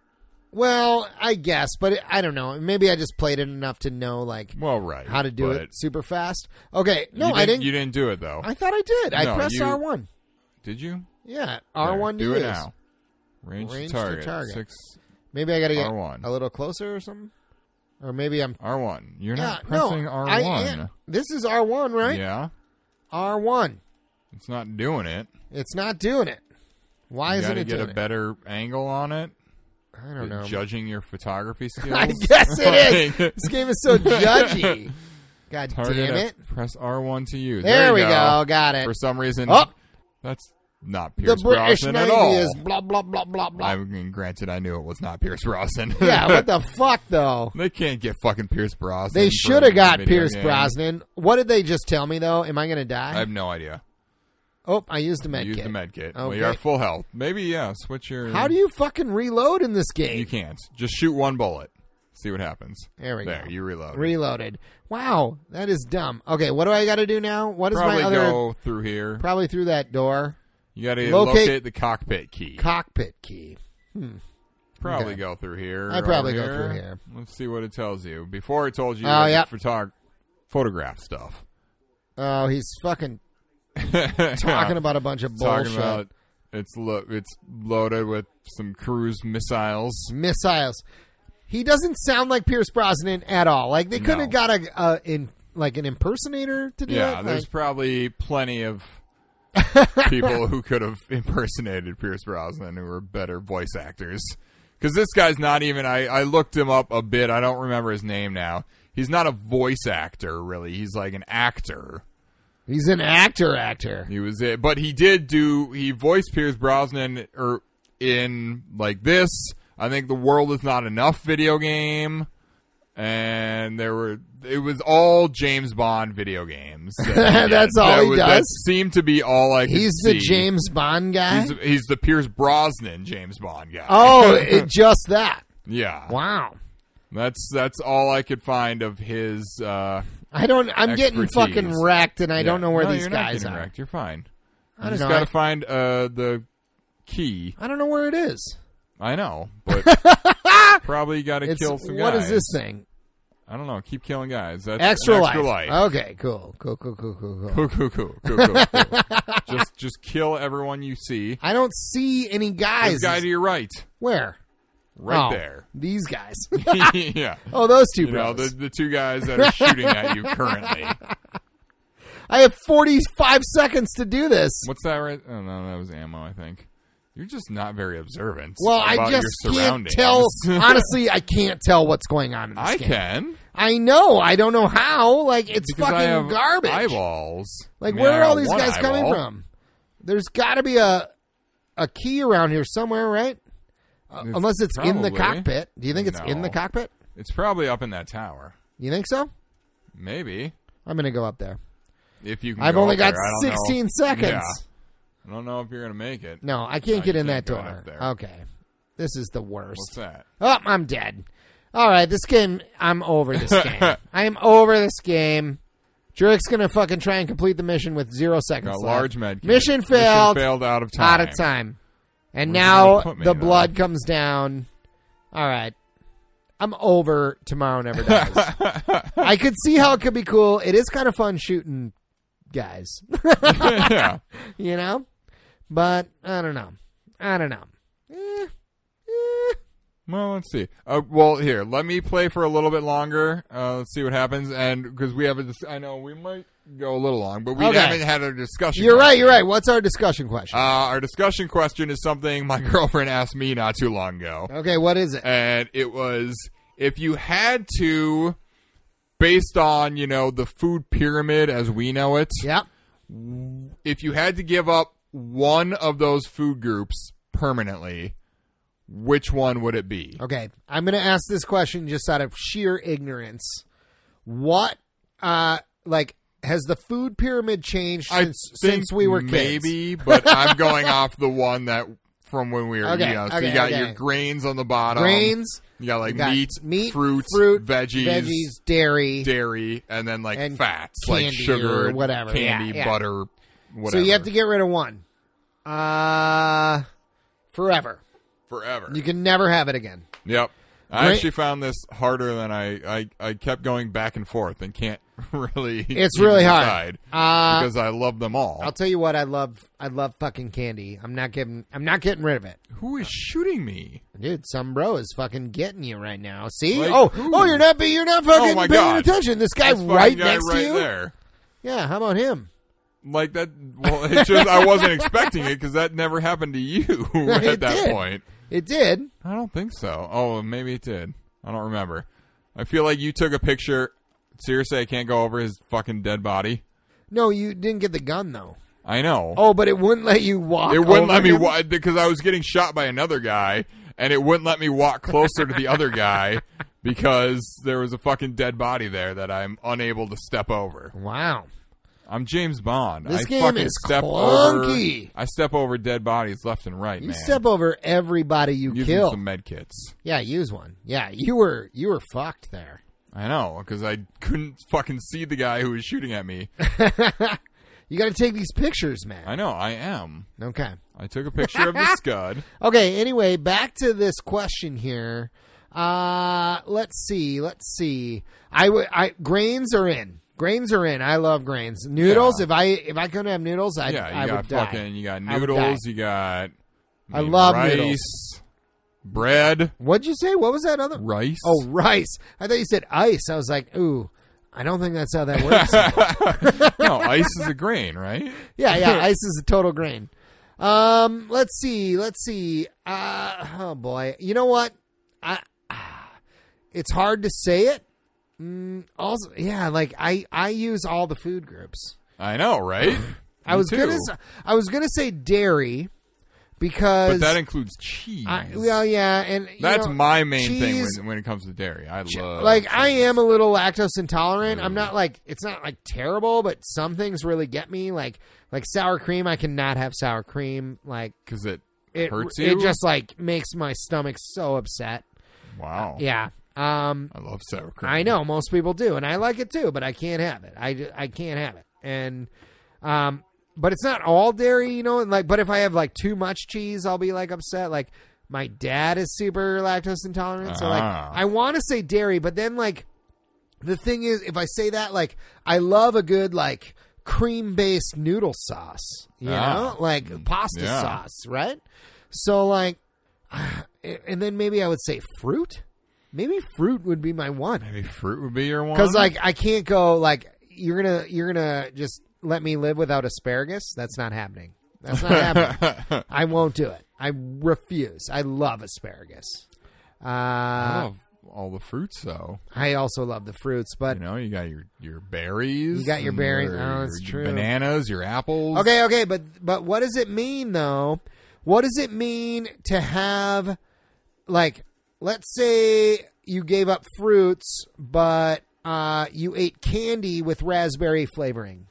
C: well, I guess, but it, I don't know. Maybe I just played it enough to know like
A: Well, right.
C: how to do
A: but
C: it super fast. Okay.
A: you
C: No, I didn't.
A: You didn't do it though,
C: I thought I did. I
A: No,
C: pressed
A: you-
C: R one.
A: did you?
C: Yeah, R
A: There,
C: one.
A: Do
C: use.
A: it now. Range,
C: Range
A: to
C: to
A: target.
C: target.
A: Six
C: Maybe I got to get
A: R1.
C: a little closer or something, or maybe I'm.
A: R one. You're not
C: yeah,
A: pressing
C: no,
A: R
C: I
A: one.
C: am- This is R one, right?
A: Yeah,
C: R one.
A: it's not doing it.
C: It's not doing it. Why
A: you
C: isn't
A: gotta
C: it
A: get
C: doing
A: a
C: it?
A: better angle on it.
C: I don't know.
A: Judging your photography skills.
C: (laughs) I guess it
A: (laughs)
C: is.
A: Like,
C: This game is
A: (laughs)
C: so judgy. God
A: target
C: damn
A: a-
C: it!
A: Press R one to use.
C: There, we go. Got it.
A: For some reason,
C: Oh.
A: that's not
C: The
A: Pierce
C: British
A: Brosnan at all.
C: Navy is blah blah blah blah blah.
A: I mean, granted, I knew it was not Pierce Brosnan. (laughs)
C: yeah, what the fuck though?
A: they can't get fucking Pierce Brosnan.
C: They
A: for
C: should have got
A: video
C: Pierce
A: games.
C: Brosnan. What did they just tell me though? Am I gonna
A: I
C: die?
A: have no idea.
C: oh, I used the med
A: Use
C: kit.
A: the med kit.
C: Okay.
A: We are full health. Maybe yeah. Switch your.
C: How do you fucking reload in this game?
A: You can't. Just shoot one bullet. See what happens.
C: There we
A: There,
C: go.
A: you reload.
C: Reloaded. Wow, that is dumb. Okay, what do I got to do now? What is
A: Probably
C: my other?
A: go through here.
C: Probably through that door.
A: You got to
C: Locate-
A: locate, the cockpit key.
C: Cockpit key.
A: probably
C: okay.
A: go through here.
C: I'd probably
A: over
C: go through here.
A: Let's see what it tells you. Before it told you,
C: Oh,
A: you
C: yeah.
A: had to photog- photograph stuff. (laughs)
C: Oh, he's fucking talking
A: Talking
C: about a bunch of bullshit.
A: talking about it's lo- it's loaded with some cruise missiles.
C: missiles. He doesn't sound like Pierce Brosnan at all. Like they could
A: No.
C: have got a, a in like an impersonator to do
A: Yeah,
C: it.
A: there's
C: Like,
A: probably plenty
C: (laughs)
A: of people who could have (laughs) impersonated Pierce Brosnan who were better voice actors. Because this guy's not even. I, I looked him up a bit. I don't remember his name now. He's not a voice actor, really. He's like an actor.
C: he's an actor, actor.
A: He was it, but he did do. He voiced Pierce Brosnan or in er, like this I think the world is not enough video game, and there were it was all James Bond video
C: (laughs)
A: games. that-
C: That's all
A: that
C: he
A: was- That
C: does?
A: seemed to be all I. Could
C: He's the
A: see.
C: James Bond guy.
A: He's, he's the Pierce Brosnan James Bond guy. (laughs)
C: oh, it, just that.
A: yeah.
C: Wow.
A: That's that's all I could find of his. Uh,
C: I don't. I'm getting
A: Expertise.
C: fucking wrecked, and I don't know where
A: No,
C: these
A: you're
C: guys
A: not
C: are.
A: getting wrecked. You're fine. You
C: I don't
A: just
C: know.
A: got to
C: I-
A: find uh, the key.
C: I don't know where it is.
A: I know,
C: (laughs)
A: but probably got to
C: It's
A: kill some
C: what
A: guys.
C: is this thing?
A: I don't know. Keep killing guys. That's
C: Extra,
A: an
C: life. Oh.
A: extra
C: Okay, cool, cool, cool, cool, cool, cool.
A: Cool, cool, cool, cool,
C: (laughs)
A: cool, cool. just just kill everyone you see.
C: I don't see any
A: This
C: guys.
A: guy to your right,
C: where?
A: right
C: Oh, (laughs)
A: there. (laughs)
C: These guys.
A: yeah.
C: oh, those two
A: You know,
C: bros.
A: the, the two guys that are shooting at you
C: (laughs)
A: currently.
C: I have 45 seconds to do this.
A: What's that right? Oh, no, that was ammo, I think. You're just not very observant.
C: Well,
A: about
C: I
A: your
C: just can't
A: surroundings.
C: tell.
A: (laughs)
C: Honestly, I can't tell what's going on in (laughs) this
A: I
C: game.
A: can.
C: I know. I don't know how. Like it's
A: because
C: fucking
A: I have
C: garbage.
A: Eyeballs.
C: Like
A: I mean,
C: where
A: I
C: are all
A: got
C: these
A: one
C: guys coming
A: eyeball.
C: from? There's got to be a a key around here somewhere, right? Uh,
A: It's
C: unless it's in the
A: probably-
C: cockpit. Do you think it's in the
A: No.
C: cockpit?
A: It's probably up in that tower.
C: You think so?
A: Maybe
C: I'm gonna go up there.
A: if you can.
C: I've
A: go
C: only
A: up there.
C: got
A: I don't know.
C: 16 seconds.
A: Yeah. I don't know if you're gonna make it.
C: No, I can't
A: No,
C: get
A: you
C: in
A: can't
C: that
A: go up
C: door.
A: there.
C: Okay, this is the
A: What's
C: worst.
A: that?
C: Oh, I'm dead. All right, this game. I'm
A: (laughs)
C: over this game. I am over this game. Jurek's gonna fucking try and complete the mission with zero seconds.
A: Got
C: left.
A: large med. kit.
C: Mission failed.
A: failed out of time.
C: out of time. And
A: Where's it
C: now
A: gonna put me,
C: the
A: though?
C: blood comes down. All right. I'm over tomorrow never dies.
A: (laughs)
C: I could see how it could be cool. It is kind of fun shooting guys,
A: (laughs)
C: (laughs)
A: yeah.
C: you know? But I don't know. I don't know. Eh, eh.
A: Well, let's see. Uh, well, here, let me play for a little bit longer. Uh, let's see what happens, and because we have a, dis- I know we might go a little long, but we
C: Okay.
A: haven't had a discussion.
C: You're
A: yet.
C: right, you're right. What's our discussion question?
A: Uh, our discussion question is something my (laughs) girlfriend asked me not too long ago,
C: okay, what is it?
A: and it was if you had to, based on you know the food pyramid as we know it,
C: Yep.
A: if you had to give up one of those food groups permanently, which one would it be?
C: Okay, I'm going to ask this question just out of sheer ignorance. What, uh, like, has the food pyramid changed
A: I
C: since
A: think
C: since we were kids? (laughs)
A: maybe, but I'm going off the one that from when we were
C: Okay,
A: young. So
C: okay,
A: you got
C: okay.
A: your grains on the bottom,
C: grains,
A: You got like
C: you got
A: Um, meat,
C: meat,
A: fruit,
C: fruit,
A: veggies,
C: veggies, dairy.
A: dairy, and then like
C: And
A: fats, like
C: candy
A: sugar,
C: or whatever.
A: candy,
C: Yeah, yeah.
A: butter, whatever.
C: So you have to get rid of one. Uh forever.
A: forever.
C: You can never have it again.
A: yep. I
C: Gra-
A: actually found this harder than I, I. I kept going back and forth and can't (laughs) really.
C: It's
A: even
C: really
A: decide
C: hard. Uh,
A: because I love them all.
C: I'll tell you what. I love. I love fucking candy. I'm not getting. I'm not getting rid of it,
A: Who is shooting me?
C: dude. Some bro is fucking getting you right now. See?
A: Like
C: oh,
A: who?
C: oh, you're not. be- You're not fucking
A: Oh my
C: paying
A: God.
C: attention. This guy
A: This fucking
C: right
A: guy
C: next
A: right
C: to you.
A: there.
C: Yeah. How about him?
A: like that well it just i
C: (laughs)
A: wasn't expecting it because that never happened to you (laughs) at
C: It
A: that
C: did.
A: point
C: It did.
A: i don't think so oh maybe it did i don't remember i feel like you took a picture seriously i can't go over his fucking dead body
C: No, you didn't get the gun though.
A: i know
C: Oh, but it wouldn't let you walk.
A: it wouldn't
C: over
A: let me
C: him?
A: wa- because i was getting shot by another guy and it wouldn't let me walk closer to the other
C: (laughs)
A: guy because there was a fucking dead body there that i'm unable to step over
C: Wow.
A: i'm james bond
C: This
A: I
C: game
A: fucking
C: is
A: step
C: clunky.
A: over, i step over dead bodies left and right
C: You
A: man
C: step over everybody you
A: using
C: kill.
A: some med kits.
C: Yeah, use one. Yeah, you were you were fucked there.
A: I know because I couldn't fucking see the guy who was shooting at me.
C: You got to take these pictures, man.
A: I know I am.
C: Okay.
A: I took a picture of
C: (laughs)
A: the scud.
C: Okay, anyway, back to this question here. Uh let's see, let's see. I would I grains are in. Grains are in. I love grains. Noodles,
A: Yeah.
C: if I if I couldn't have noodles, I
A: yeah, you
C: I
A: got
C: would die.
A: fucking. You got
C: I would
A: noodles. You got.
C: I
A: mean,
C: love
A: rice,
C: noodles.
A: bread,
C: What'd you say? What was that other?
A: rice.
C: Oh, rice. I thought you said ice. I was like, "Ooh, I don't think that's how that
A: (laughs)
C: works."
A: no, ice is a grain, right? (laughs)
C: Yeah, yeah. Ice is a total grain. Um, let's see, let's see. Uh, oh boy, you know what? I, (sighs) ah, it's hard to say it. Mm, also, yeah, like I, I use all the food groups.
A: I know, right?
C: (laughs) I
A: Me
C: was
A: too.
C: gonna, s- I was gonna say dairy, because
A: but that includes cheese.
C: I, well, yeah, and you
A: That's
C: know,
A: my main thing uh,
C: cheese-
A: when, when it comes to dairy. I love
C: like I am a little lactose intolerant.
A: Mm.
C: I'm not like it's not like terrible, but some things really get me. Like like sour cream, I cannot have sour cream. Like
A: because it,
C: it
A: hurts you.
C: it just like makes my stomach so upset.
A: wow.
C: Yeah. Um
A: I love sour cream.
C: I know most people do and I like it too, but I can't have it. I ju- I can't have it. And um but it's not all dairy, you know, and like but if I have like too much cheese, I'll be like upset like my dad is super lactose intolerant, so like
A: Ah.
C: I want to say dairy, but then like the thing is if I say that like I love a good like cream-based noodle sauce, you
A: Ah.
C: know, like pasta
A: Yeah.
C: sauce, right? So like (sighs) and then maybe I would say fruit. Maybe fruit would be my one
A: Maybe fruit would be your one. (laughs)
C: because like I can't go like you're gonna you're gonna just let me live without asparagus. That's not happening. That's
A: (laughs)
C: not happening. I won't do it. I refuse. I love asparagus. Uh,
A: I love all the fruits though.
C: I also love the fruits, but
A: You know, you got your your berries.
C: You got your
A: and
C: berries.
A: Your,
C: Oh, that's
A: your
C: true.
A: Bananas, your apples.
C: Okay, okay, but but what does it mean though? What does it mean to have like let's say you gave up fruits but uh you ate candy with raspberry flavoring.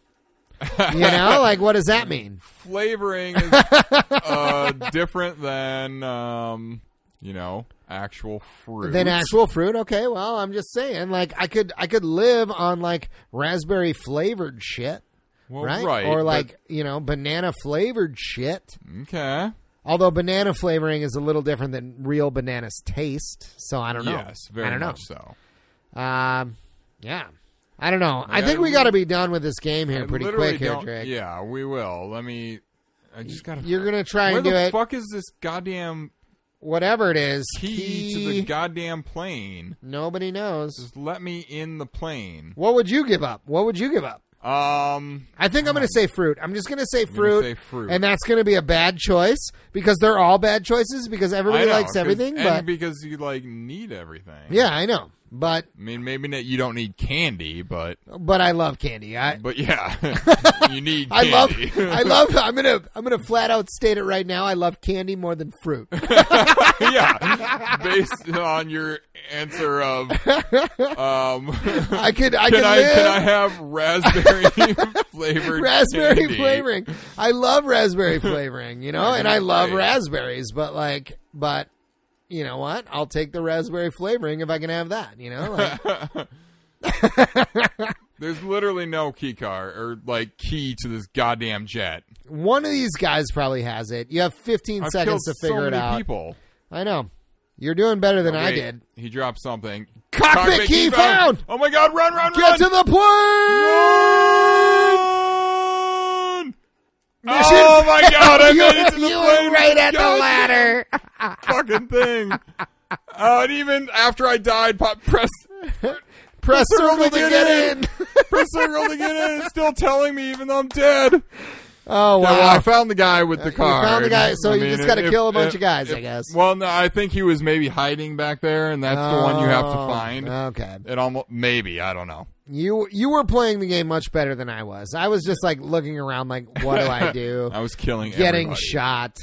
C: You know, like what does that mean? (laughs)
A: Flavoring is uh, different than um, you know actual fruit.
C: Than actual fruit? Okay, well, I'm just saying like I could I could live on like raspberry flavored shit,
A: Well,
C: right?
A: but-
C: or like, you know, banana flavored shit.
A: okay.
C: Although banana flavoring is a little different than real bananas taste, so I don't know.
A: Yes, very
C: I don't
A: much
C: know.
A: so.
C: Um, yeah, I don't know. I
A: Yeah,
C: think we
A: we-
C: got to be done with this game
A: I
C: here pretty
A: literally
C: quick here,
A: don't-
C: Drake.
A: Yeah, we will. Let me. I just gotta.
C: You're gonna try
A: where
C: and do
A: the
C: it,
A: fuck is this goddamn
C: whatever it is.
A: key, to the goddamn plane?
C: Nobody knows.
A: Just let me in the plane.
C: What would you give up? What would you give up?
A: Um,
C: I think I'm going to say fruit. I'm just going to say
A: gonna
C: fruit,
A: say fruit.
C: and that's going to be a bad choice because they're all bad choices because everybody
A: I know,
C: likes
A: 'cause-
C: everything.
A: and
C: But
A: because you like need everything.
C: yeah, I know. But
A: I mean maybe not. You don't need candy, but
C: but I love candy. I
A: but
C: (laughs)
A: yeah, you need.
C: I
A: Candy. (laughs)
C: love, I love. I'm gonna, I'm gonna flat out state it right now. I love candy more than fruit.
A: yeah, based on your answer of
C: (laughs)
A: um.
C: I could, I
A: (laughs)
C: could
A: Can I,
C: live
A: can I have
C: (laughs)
A: raspberry flavored
C: raspberry
A: candy?
C: flavoring. I
A: (laughs)
C: love raspberry flavoring. You know, and I love
A: Right.
C: raspberries, but like, but you know what? I'll take the raspberry flavoring if I can have that. You know,
A: (laughs)
C: like,
A: There's literally no key car or like key to this goddamn jet.
C: one of these guys probably has it. You have 15
A: I've
C: seconds
A: killed
C: to
A: so
C: figure it
A: many
C: out.
A: people.
C: I know. You're doing better than I
A: Wait,
C: did.
A: He dropped something.
C: Cockpit key found!
A: Oh my god! Run! Run!
C: Get
A: run!
C: to the plane.
A: Run! Oh my god!
C: (laughs)
A: I made it to the
C: you
A: plane
C: were right
A: with
C: at the
A: goddamn (laughs)
C: ladder.
A: Fucking thing. Uh, and even after I died, pop press
C: Press
A: Circle
C: circle to
A: to get
C: get in.
A: (laughs) press circle to get in. It's still telling me, even though I'm dead.
C: Oh
A: Yeah,
C: wow!
A: well, I found the guy with the
C: you
A: car.
C: found the guy, so you just gotta kill a bunch of guys, I guess.
A: Well, no, I think he was maybe hiding back there, and that's the one you have to
C: Oh,
A: find.
C: Okay,
A: it almost maybe I don't know.
C: you you were playing the game much better than I was. I was just like looking around, like, what
A: (laughs)
C: do I do?
A: I was killing,
C: Getting
A: everybody.
C: shot.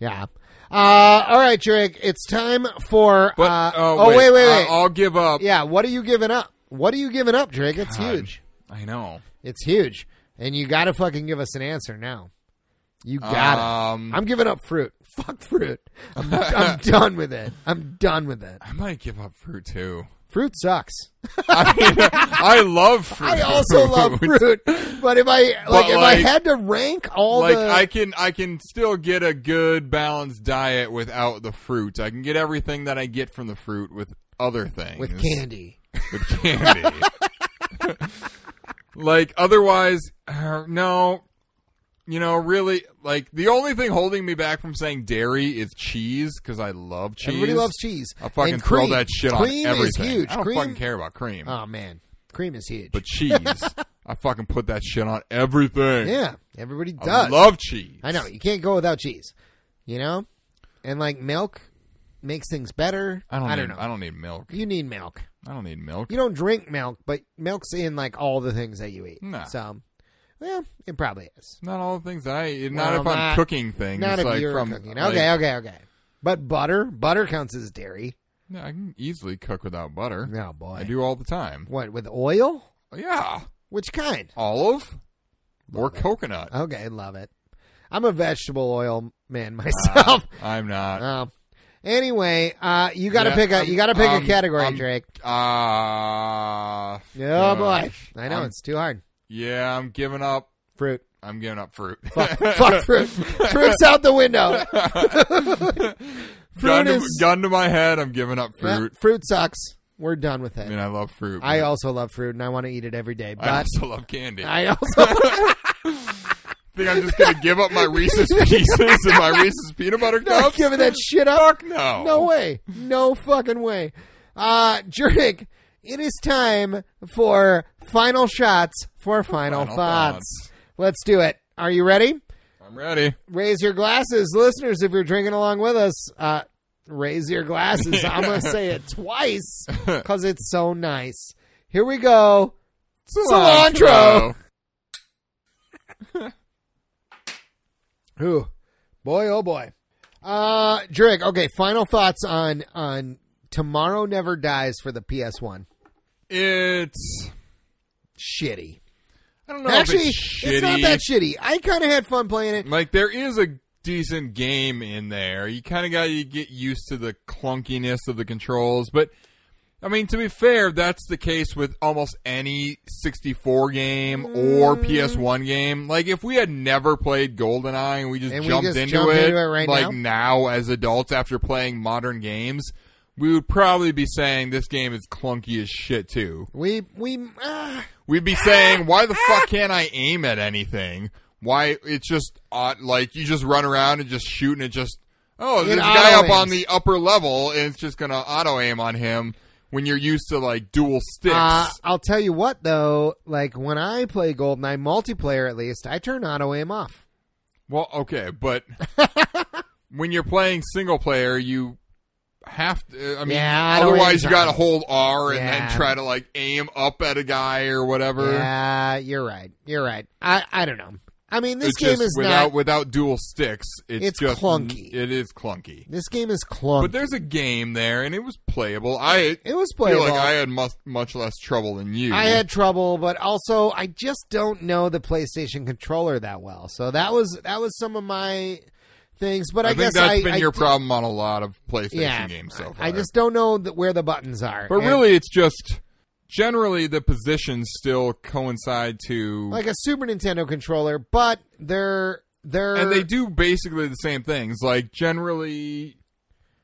C: Yeah. Uh, all right, Drake. It's time for.
A: But
C: uh,
A: oh,
C: oh wait, wait,
A: I-
C: wait.
A: I'll give up.
C: yeah. What are you giving up? What are you giving up, Drake? It's
A: God,
C: huge.
A: I know.
C: It's huge, and you gotta fucking give us an answer now. You gotta.
A: Um,
C: I'm giving up fruit. (laughs) Fuck fruit.
A: (laughs)
C: I'm, I'm done with it. I'm done with it.
A: I might give up fruit too. (laughs)
C: Fruit sucks.
A: I, mean, I love fruit. (laughs)
C: I also love fruit, but if I like, if I
A: like-
C: had to rank all
A: Like
C: the,
A: I can, I can still get a good balanced diet without the fruit. I can get everything that I get from the fruit with other things
C: with candy.
A: with candy. (laughs) like otherwise, uh, no. You know, really, like the only thing holding me back from saying dairy is cheese because I love cheese.
C: Everybody loves cheese.
A: I fucking
C: and cream.
A: throw that shit
C: cream
A: on everything.
C: Is huge.
A: I don't
C: cream,
A: fucking care about cream,
C: Oh man, cream is huge.
A: but cheese,
C: (laughs)
A: I fucking put that shit on everything.
C: yeah, everybody does.
A: I love cheese.
C: I know you can't go without cheese. You know, and like milk makes things better.
A: I don't.
C: I
A: need,
C: don't know.
A: I don't need milk.
C: You need milk.
A: I don't need milk.
C: You don't drink milk, but milk's in like all the things that you eat.
A: Nah.
C: So, Well, it probably is.
A: Not all the things that I eat. Not
C: Well,
A: if
C: not-
A: I'm cooking things.
C: Not if
A: like
C: you're
A: from,
C: cooking.
A: like-
C: Okay, okay, okay. But butter, butter counts as dairy.
A: No, I can easily cook without butter.
C: Oh boy,
A: I do all the time.
C: what with oil?
A: Oh, Yeah,
C: Which kind?
A: olive or coconut.
C: Okay, love it. I'm a vegetable oil man (laughs) myself.
A: I'm
C: (laughs)
A: not.
C: Oh. Anyway, uh, you got to
A: Yeah,
C: pick a
A: I'm-
C: you got to pick
A: I'm-
C: a category,
A: I'm-
C: Drake.
A: Ah,
C: Oh
A: gosh.
C: boy, I know
A: I'm-
C: it's too hard.
A: Yeah, I'm giving up.
C: Fruit, (laughs)
A: I'm giving up fruit. (laughs)
C: fuck fruit. Fruit's out the (laughs) window.
A: gun,
C: fruit
A: to,
C: is
A: gun to my head. I'm giving up
C: Nah,
A: fruit.
C: fruit sucks. We're done with
A: I
C: it.
A: mean, I love fruit.
C: I
A: but
C: also love fruit, and I want to eat it every day. (laughs)
A: I
C: But
A: also love candy. I
C: I (laughs) also
A: think I'm just gonna give up
C: (laughs)
A: my Reese's Pieces and my Reese's peanut butter
C: not
A: cups.
C: giving that shit up.
A: Fuck no.
C: No way. No fucking way. Uh Jurek, it is time for final shots for final,
A: Final
C: thoughts.
A: thoughts.
C: Let's do it. Are you ready?
A: I'm ready.
C: Raise your glasses, listeners, if you're drinking along with us. Uh raise your glasses. I'm (laughs) gonna say it (laughs) twice because it's so nice. Here we go. Cilantro. Ooh, boy, oh boy. Uh, Drake. Okay, final thoughts on on Tomorrow Never Dies for the PS One.
A: It's.
C: Shitty.
A: I don't know.
C: Actually,
A: if
C: it's,
A: it's,
C: not
A: shitty.
C: that shitty. I kind of had fun playing it.
A: like there is a decent game in there. You kind of got to get used to the clunkiness of the controls, but I mean to be fair, that's the case with almost any 64 game or
C: Mm-hmm.
A: PS1 game. Like if we had never played GoldenEye and we just
C: And we
A: jumped,
C: just
A: into,
C: jumped
A: it,
C: into it right
A: like now? as adults after playing modern games, we would probably be saying this game is clunky as shit too.
C: We we uh,
A: We'd be saying, why the
C: (laughs)
A: fuck can't I aim at anything? Why it's just uh, like you just run around and just shoot and it just oh
C: It
A: there's a guy up
C: auto-aims.
A: on the upper level and it's just gonna auto aim on him when you're used to like dual sticks.
C: uh, I'll tell you what though. Like when I play Goldeneye multiplayer, at least I turn auto aim off.
A: well, okay,
C: (laughs)
A: but when you're playing single player, you have to. I mean,
C: Yeah, auto
A: otherwise
C: aims
A: you got to
C: on.
A: hold R and
C: Yeah.
A: then try to like aim up at a guy or whatever.
C: Yeah, you're right. You're right. I I don't know. I mean, this
A: It's
C: game
A: just
C: is
A: without
C: not.
A: without dual sticks. It's,
C: It's
A: just,
C: clunky.
A: It is clunky.
C: This game is clunky.
A: But there's a game there, and it was playable. I
C: it was
A: feel
C: playable.
A: like I had much, much less trouble than you.
C: I had trouble, but also I just don't know the PlayStation controller that well. So that was that was some of my things. But I,
A: I,
C: guess
A: think that's
C: I,
A: been
C: I
A: your
C: did-
A: problem on a lot of PlayStation
C: Yeah,
A: games so far.
C: I just don't know that where the buttons are.
A: but
C: And
A: really, it's just generally the positions still coincide to,
C: like a Super Nintendo controller, but they're they're
A: and they do basically the same things. Like generally,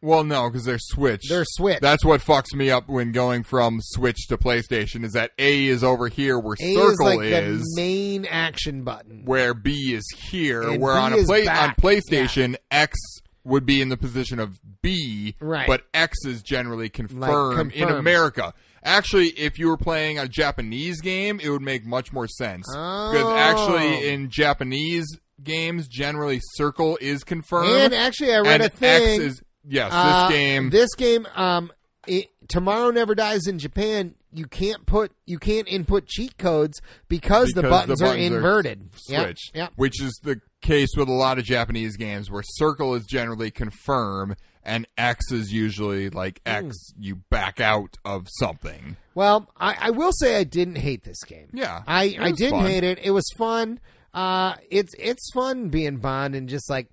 A: well, no, because they're Switch.
C: they're Switch.
A: That's what fucks me up when going from Switch to PlayStation is that A is over here where
C: A
A: circle
C: is like
A: is.
C: the main action button.
A: where B is here,
C: And
A: where
C: B
A: on a
C: is
A: play on
C: back.
A: PlayStation X would be in the position of B,
C: Right.
A: but X is generally confirmed in
C: confirmed.
A: America. Actually, if you were playing a Japanese game, it would make much more sense because
C: Oh.
A: actually in Japanese games, generally circle is confirmed
C: And actually, I read
A: and
C: a thing.
A: X is yes.
C: Uh,
A: this game,
C: This game. Um, it, tomorrow never dies in Japan. You can't put you can't input cheat codes because, the,
A: Because
C: buttons
A: the buttons are
C: are inverted. Yep,
A: Switch,
C: Yep.
A: which is the case with a lot of Japanese games where circle is generally confirm and X is usually like X,
C: Hmm.
A: you back out of something.
C: Well, I, I will say I didn't hate this game.
A: Yeah,
C: I,
A: it
C: I
A: was
C: didn't
A: fun.
C: hate it. It was fun. Uh, it's it's fun being Bond and just like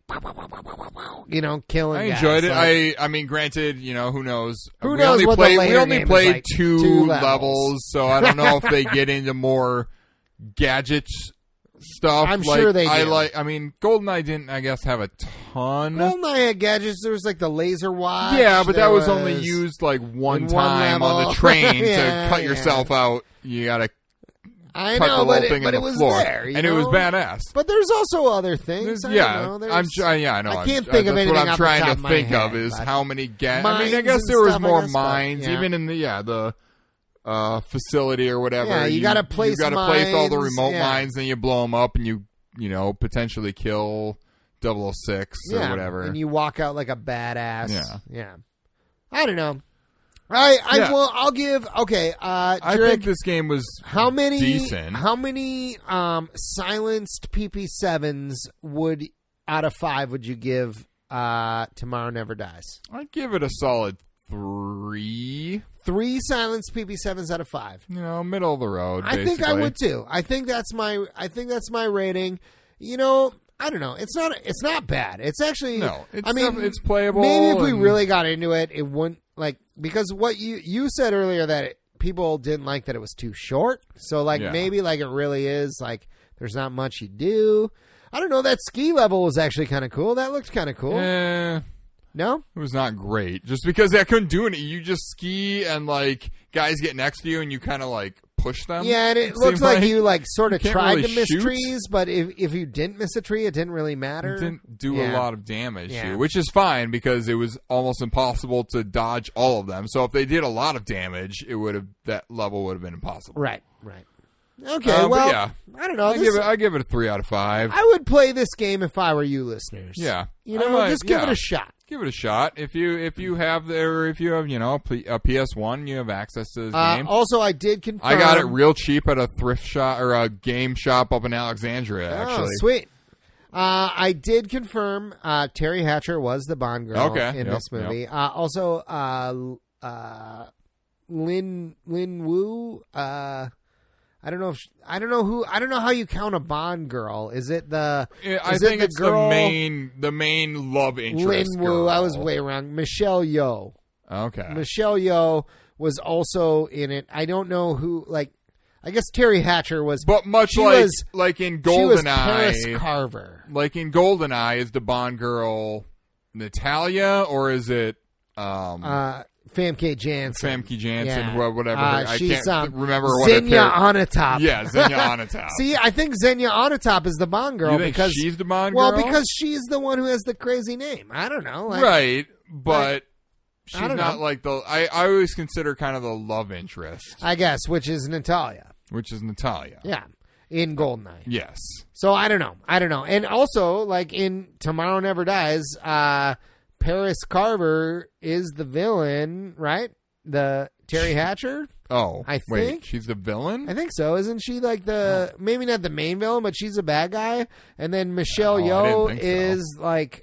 C: you know killing.
A: I
C: guys.
A: enjoyed it.
C: Like,
A: I I mean, granted, you know, who knows?
C: Who
A: we
C: knows
A: Only
C: what the
A: played, we
C: later
A: only
C: name is
A: played
C: like.
A: two,
C: Two
A: levels.
C: levels.
A: so I don't know if they
C: (laughs)
A: get into more gadget stuff.
C: I'm
A: like,
C: sure they
A: I
C: do.
A: like. I mean, Goldeneye didn't, I guess, have a ton.
C: Goldeneye had gadgets. There was like the laser watch.
A: Yeah, but that
C: There
A: was, only
C: was-
A: used like one
C: in one
A: time on
C: level.
A: the
C: (laughs)
A: train
C: Yeah,
A: to cut
C: yeah.
A: yourself out. You gotta
C: I
A: cut
C: know,
A: the whole
C: but it,
A: thing
C: but
A: in
C: it
A: the
C: was
A: floor,
C: there, you
A: and it was
C: know?
A: badass.
C: But there's also other things.
A: There's-
C: I
A: yeah,
C: don't know.
A: I'm.
C: There's-
A: tr- Yeah, I know.
C: I
A: I'm-
C: can't think
A: that's
C: of anything
A: what I'm
C: off the
A: trying
C: top
A: to
C: of my
A: think
C: head,
A: of is
C: but-
A: how many gas. I mean, I
C: Mines
A: guess
C: and
A: there was
C: stuff, I
A: more
C: guess, but-
A: mines,
C: yeah.
A: even in the yeah the uh, facility or whatever.
C: Yeah, you gotta place
A: You gotta place all the
C: mines,
A: remote
C: yeah.
A: mines, and you blow them up, and you you know potentially kill 006 or
C: yeah,
A: whatever.
C: And you walk out like a badass.
A: Yeah.
C: Yeah. I don't know. I I
A: Yeah.
C: will. I'll give. Okay, uh,
A: I
C: Jurek,
A: think this game was
C: how many
A: decent.
C: how many um silenced PP sevens would out of five would you give uh Tomorrow Never Dies?
A: I'd give it a solid three.
C: Three silenced PP sevens out of five.
A: You know, middle of the road.
C: I think I
A: basically.
C: would too. I think that's my I think that's my rating. You know, I don't know. It's not it's not bad. It's actually
A: No, it's
C: I mean
A: def- it's playable
C: Maybe if we
A: and-
C: really got into it, it wouldn't like because what you you said earlier that it, people didn't like that it was too short. So like
A: Yeah.
C: maybe like it really is like there's not much you do. I don't know. That ski level was actually kind of cool. That looked kind of cool.
A: Eh,
C: No,
A: it was not great. Just because I couldn't do anything. You just ski and like guys get next to you and you kind of like push them.
C: Yeah, and it,
A: seemed
C: looks like, you like sort of
A: can't
C: tried
A: really
C: to miss
A: shoot.
C: trees, but if if you didn't miss a tree, it didn't really matter.
A: It (laughs) didn't do a
C: Yeah.
A: lot of damage, to
C: Yeah.
A: you, which is fine because it was almost impossible to dodge all of them. So if they did a lot of damage, it would have that level would have been impossible.
C: Right, right. Okay,
A: Uh, but
C: well,
A: yeah.
C: I don't know.
A: I
C: This,
A: give it I give it a three out of five.
C: I would play this game if I were you, listeners.
A: Yeah.
C: you
A: I
C: know,
A: might-
C: just give it
A: yeah.
C: a shot.
A: give it a shot if you if you have there if you have you know a, P- a PS One, you have access to this
C: Uh, um,
A: game.
C: also, I did confirm.
A: I got it real cheap at a thrift shop or a game shop up in Alexandria.
C: Oh,
A: Actually,
C: sweet. Uh, I did confirm uh, Terry Hatcher was the Bond girl
A: Okay,
C: in
A: yep,
C: this movie. Uh, also, uh, L- uh, Lin Lin Wu. Uh, I don't know if sh I don't know who I don't know how you count a Bond girl. Is it the
A: Yeah, I
C: is it
A: think
C: the
A: it's
C: girl
A: the main the main love
C: Lin
A: interest.
C: Wu?
A: girl.
C: I was way wrong. Michelle Yeoh.
A: okay.
C: Michelle Yeoh was also in it. I don't know who. Like, I guess Terry Hatcher was.
A: but much
C: she
A: like
C: was-
A: like in
C: she was
A: Goldeneye,
C: Paris Carver.
A: like in Goldeneye, is the Bond girl Natalia or is it um,
C: uh, Famke Janssen.
A: Famke Janssen?
C: yeah.
A: wha- Whatever.
C: Uh,
A: I
C: she's,
A: can't
C: um,
A: remember what her
C: Xenia
A: character-
C: Onatopp.
A: Yeah,
C: (laughs)
A: Xenia Onatopp.
C: See, I think Xenia Onatopp is the Bond girl
A: You think
C: because
A: she's the Bond
C: well,
A: girl?
C: because she's the one who has the crazy name. I don't know. Like,
A: right, but. She's
C: I don't
A: not
C: know.
A: like the I, I always consider kind of the love interest,
C: I guess which is Natalia.
A: which is Natalia.
C: Yeah, in Goldeneye.
A: Yes.
C: So I don't know. I don't know. And also, like in Tomorrow Never Dies, uh, Paris Carver is the villain, right? The Terry Hatcher.
A: Oh,
C: I
A: wait,
C: think-
A: she's the villain.
C: I think so. Isn't she like the
A: Oh.
C: maybe not the main villain, but she's a bad guy? And then
A: Oh,
C: Michelle
A: I didn't
C: Yeoh
A: think so.
C: is like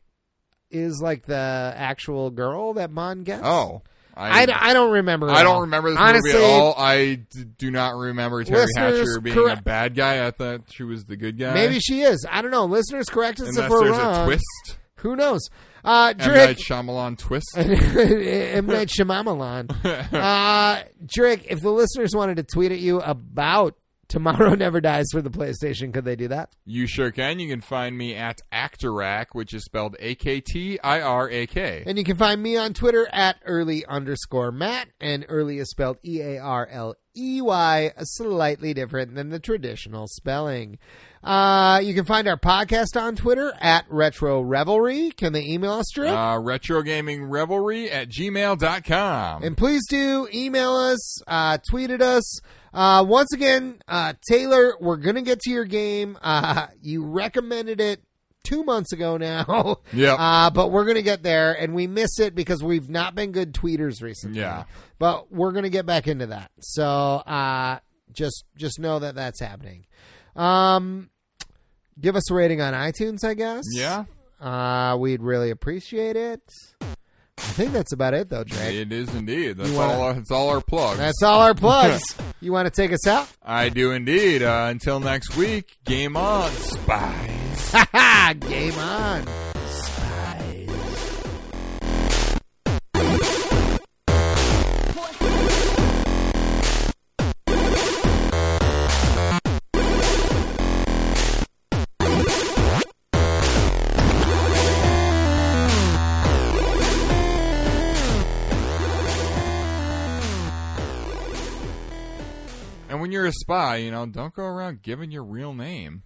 C: is like the actual girl that Bond gets.
A: oh,
C: I, d- I don't remember. at
A: I
C: all.
A: don't remember this
C: Honestly,
A: movie at all. I d- do not remember Terry
C: Listeners,
A: Hatcher being
C: correct-
A: a bad guy. I thought she was the good guy.
C: Maybe she is. I don't know. Listeners, correct us
A: unless
C: if we're
A: there's
C: wrong.
A: a twist,
C: Who knows? Uh,
A: M Night
C: Drake.
A: Shyamalan
C: (laughs)
A: twist.
C: M. (laughs) Night Shyamalan. (laughs) Uh, Drake, if the listeners wanted to tweet at you about Tomorrow Never Dies for the PlayStation, could they do that?
A: you sure can. You can find me at Actorac, which is spelled A K T I R A K.
C: And you can find me on Twitter at early underscore Matt, and early is spelled E A R L E Y, slightly different than the traditional spelling. Uh, you can find our podcast on Twitter at Retro Revelry. Can they email us, Drew?
A: Uh, retro gaming revelry at gmail.com.
C: and please do email us, uh, tweet at us. Uh, once again, uh, Taylor, we're going to get to your game. Uh, you recommended it two months ago now. (laughs)
A: Yep.
C: Uh, but we're going to get there, and we miss it because we've not been good tweeters recently.
A: Yeah.
C: But we're going to get back into that. So uh, just just know that that's happening. Um, give us a rating on iTunes, I guess.
A: yeah,
C: Uh, we'd really appreciate it. I think that's about it, though, Drake.
A: it is indeed. That's
C: You wanna-
A: all. Our, that's all our plugs.
C: That's all our plugs. you want to take us out? (laughs)
A: I do indeed. Uh, until next week, game on, spies.
C: Ha ha! Game on.
A: And when you're a spy, you know, don't go around giving your real name.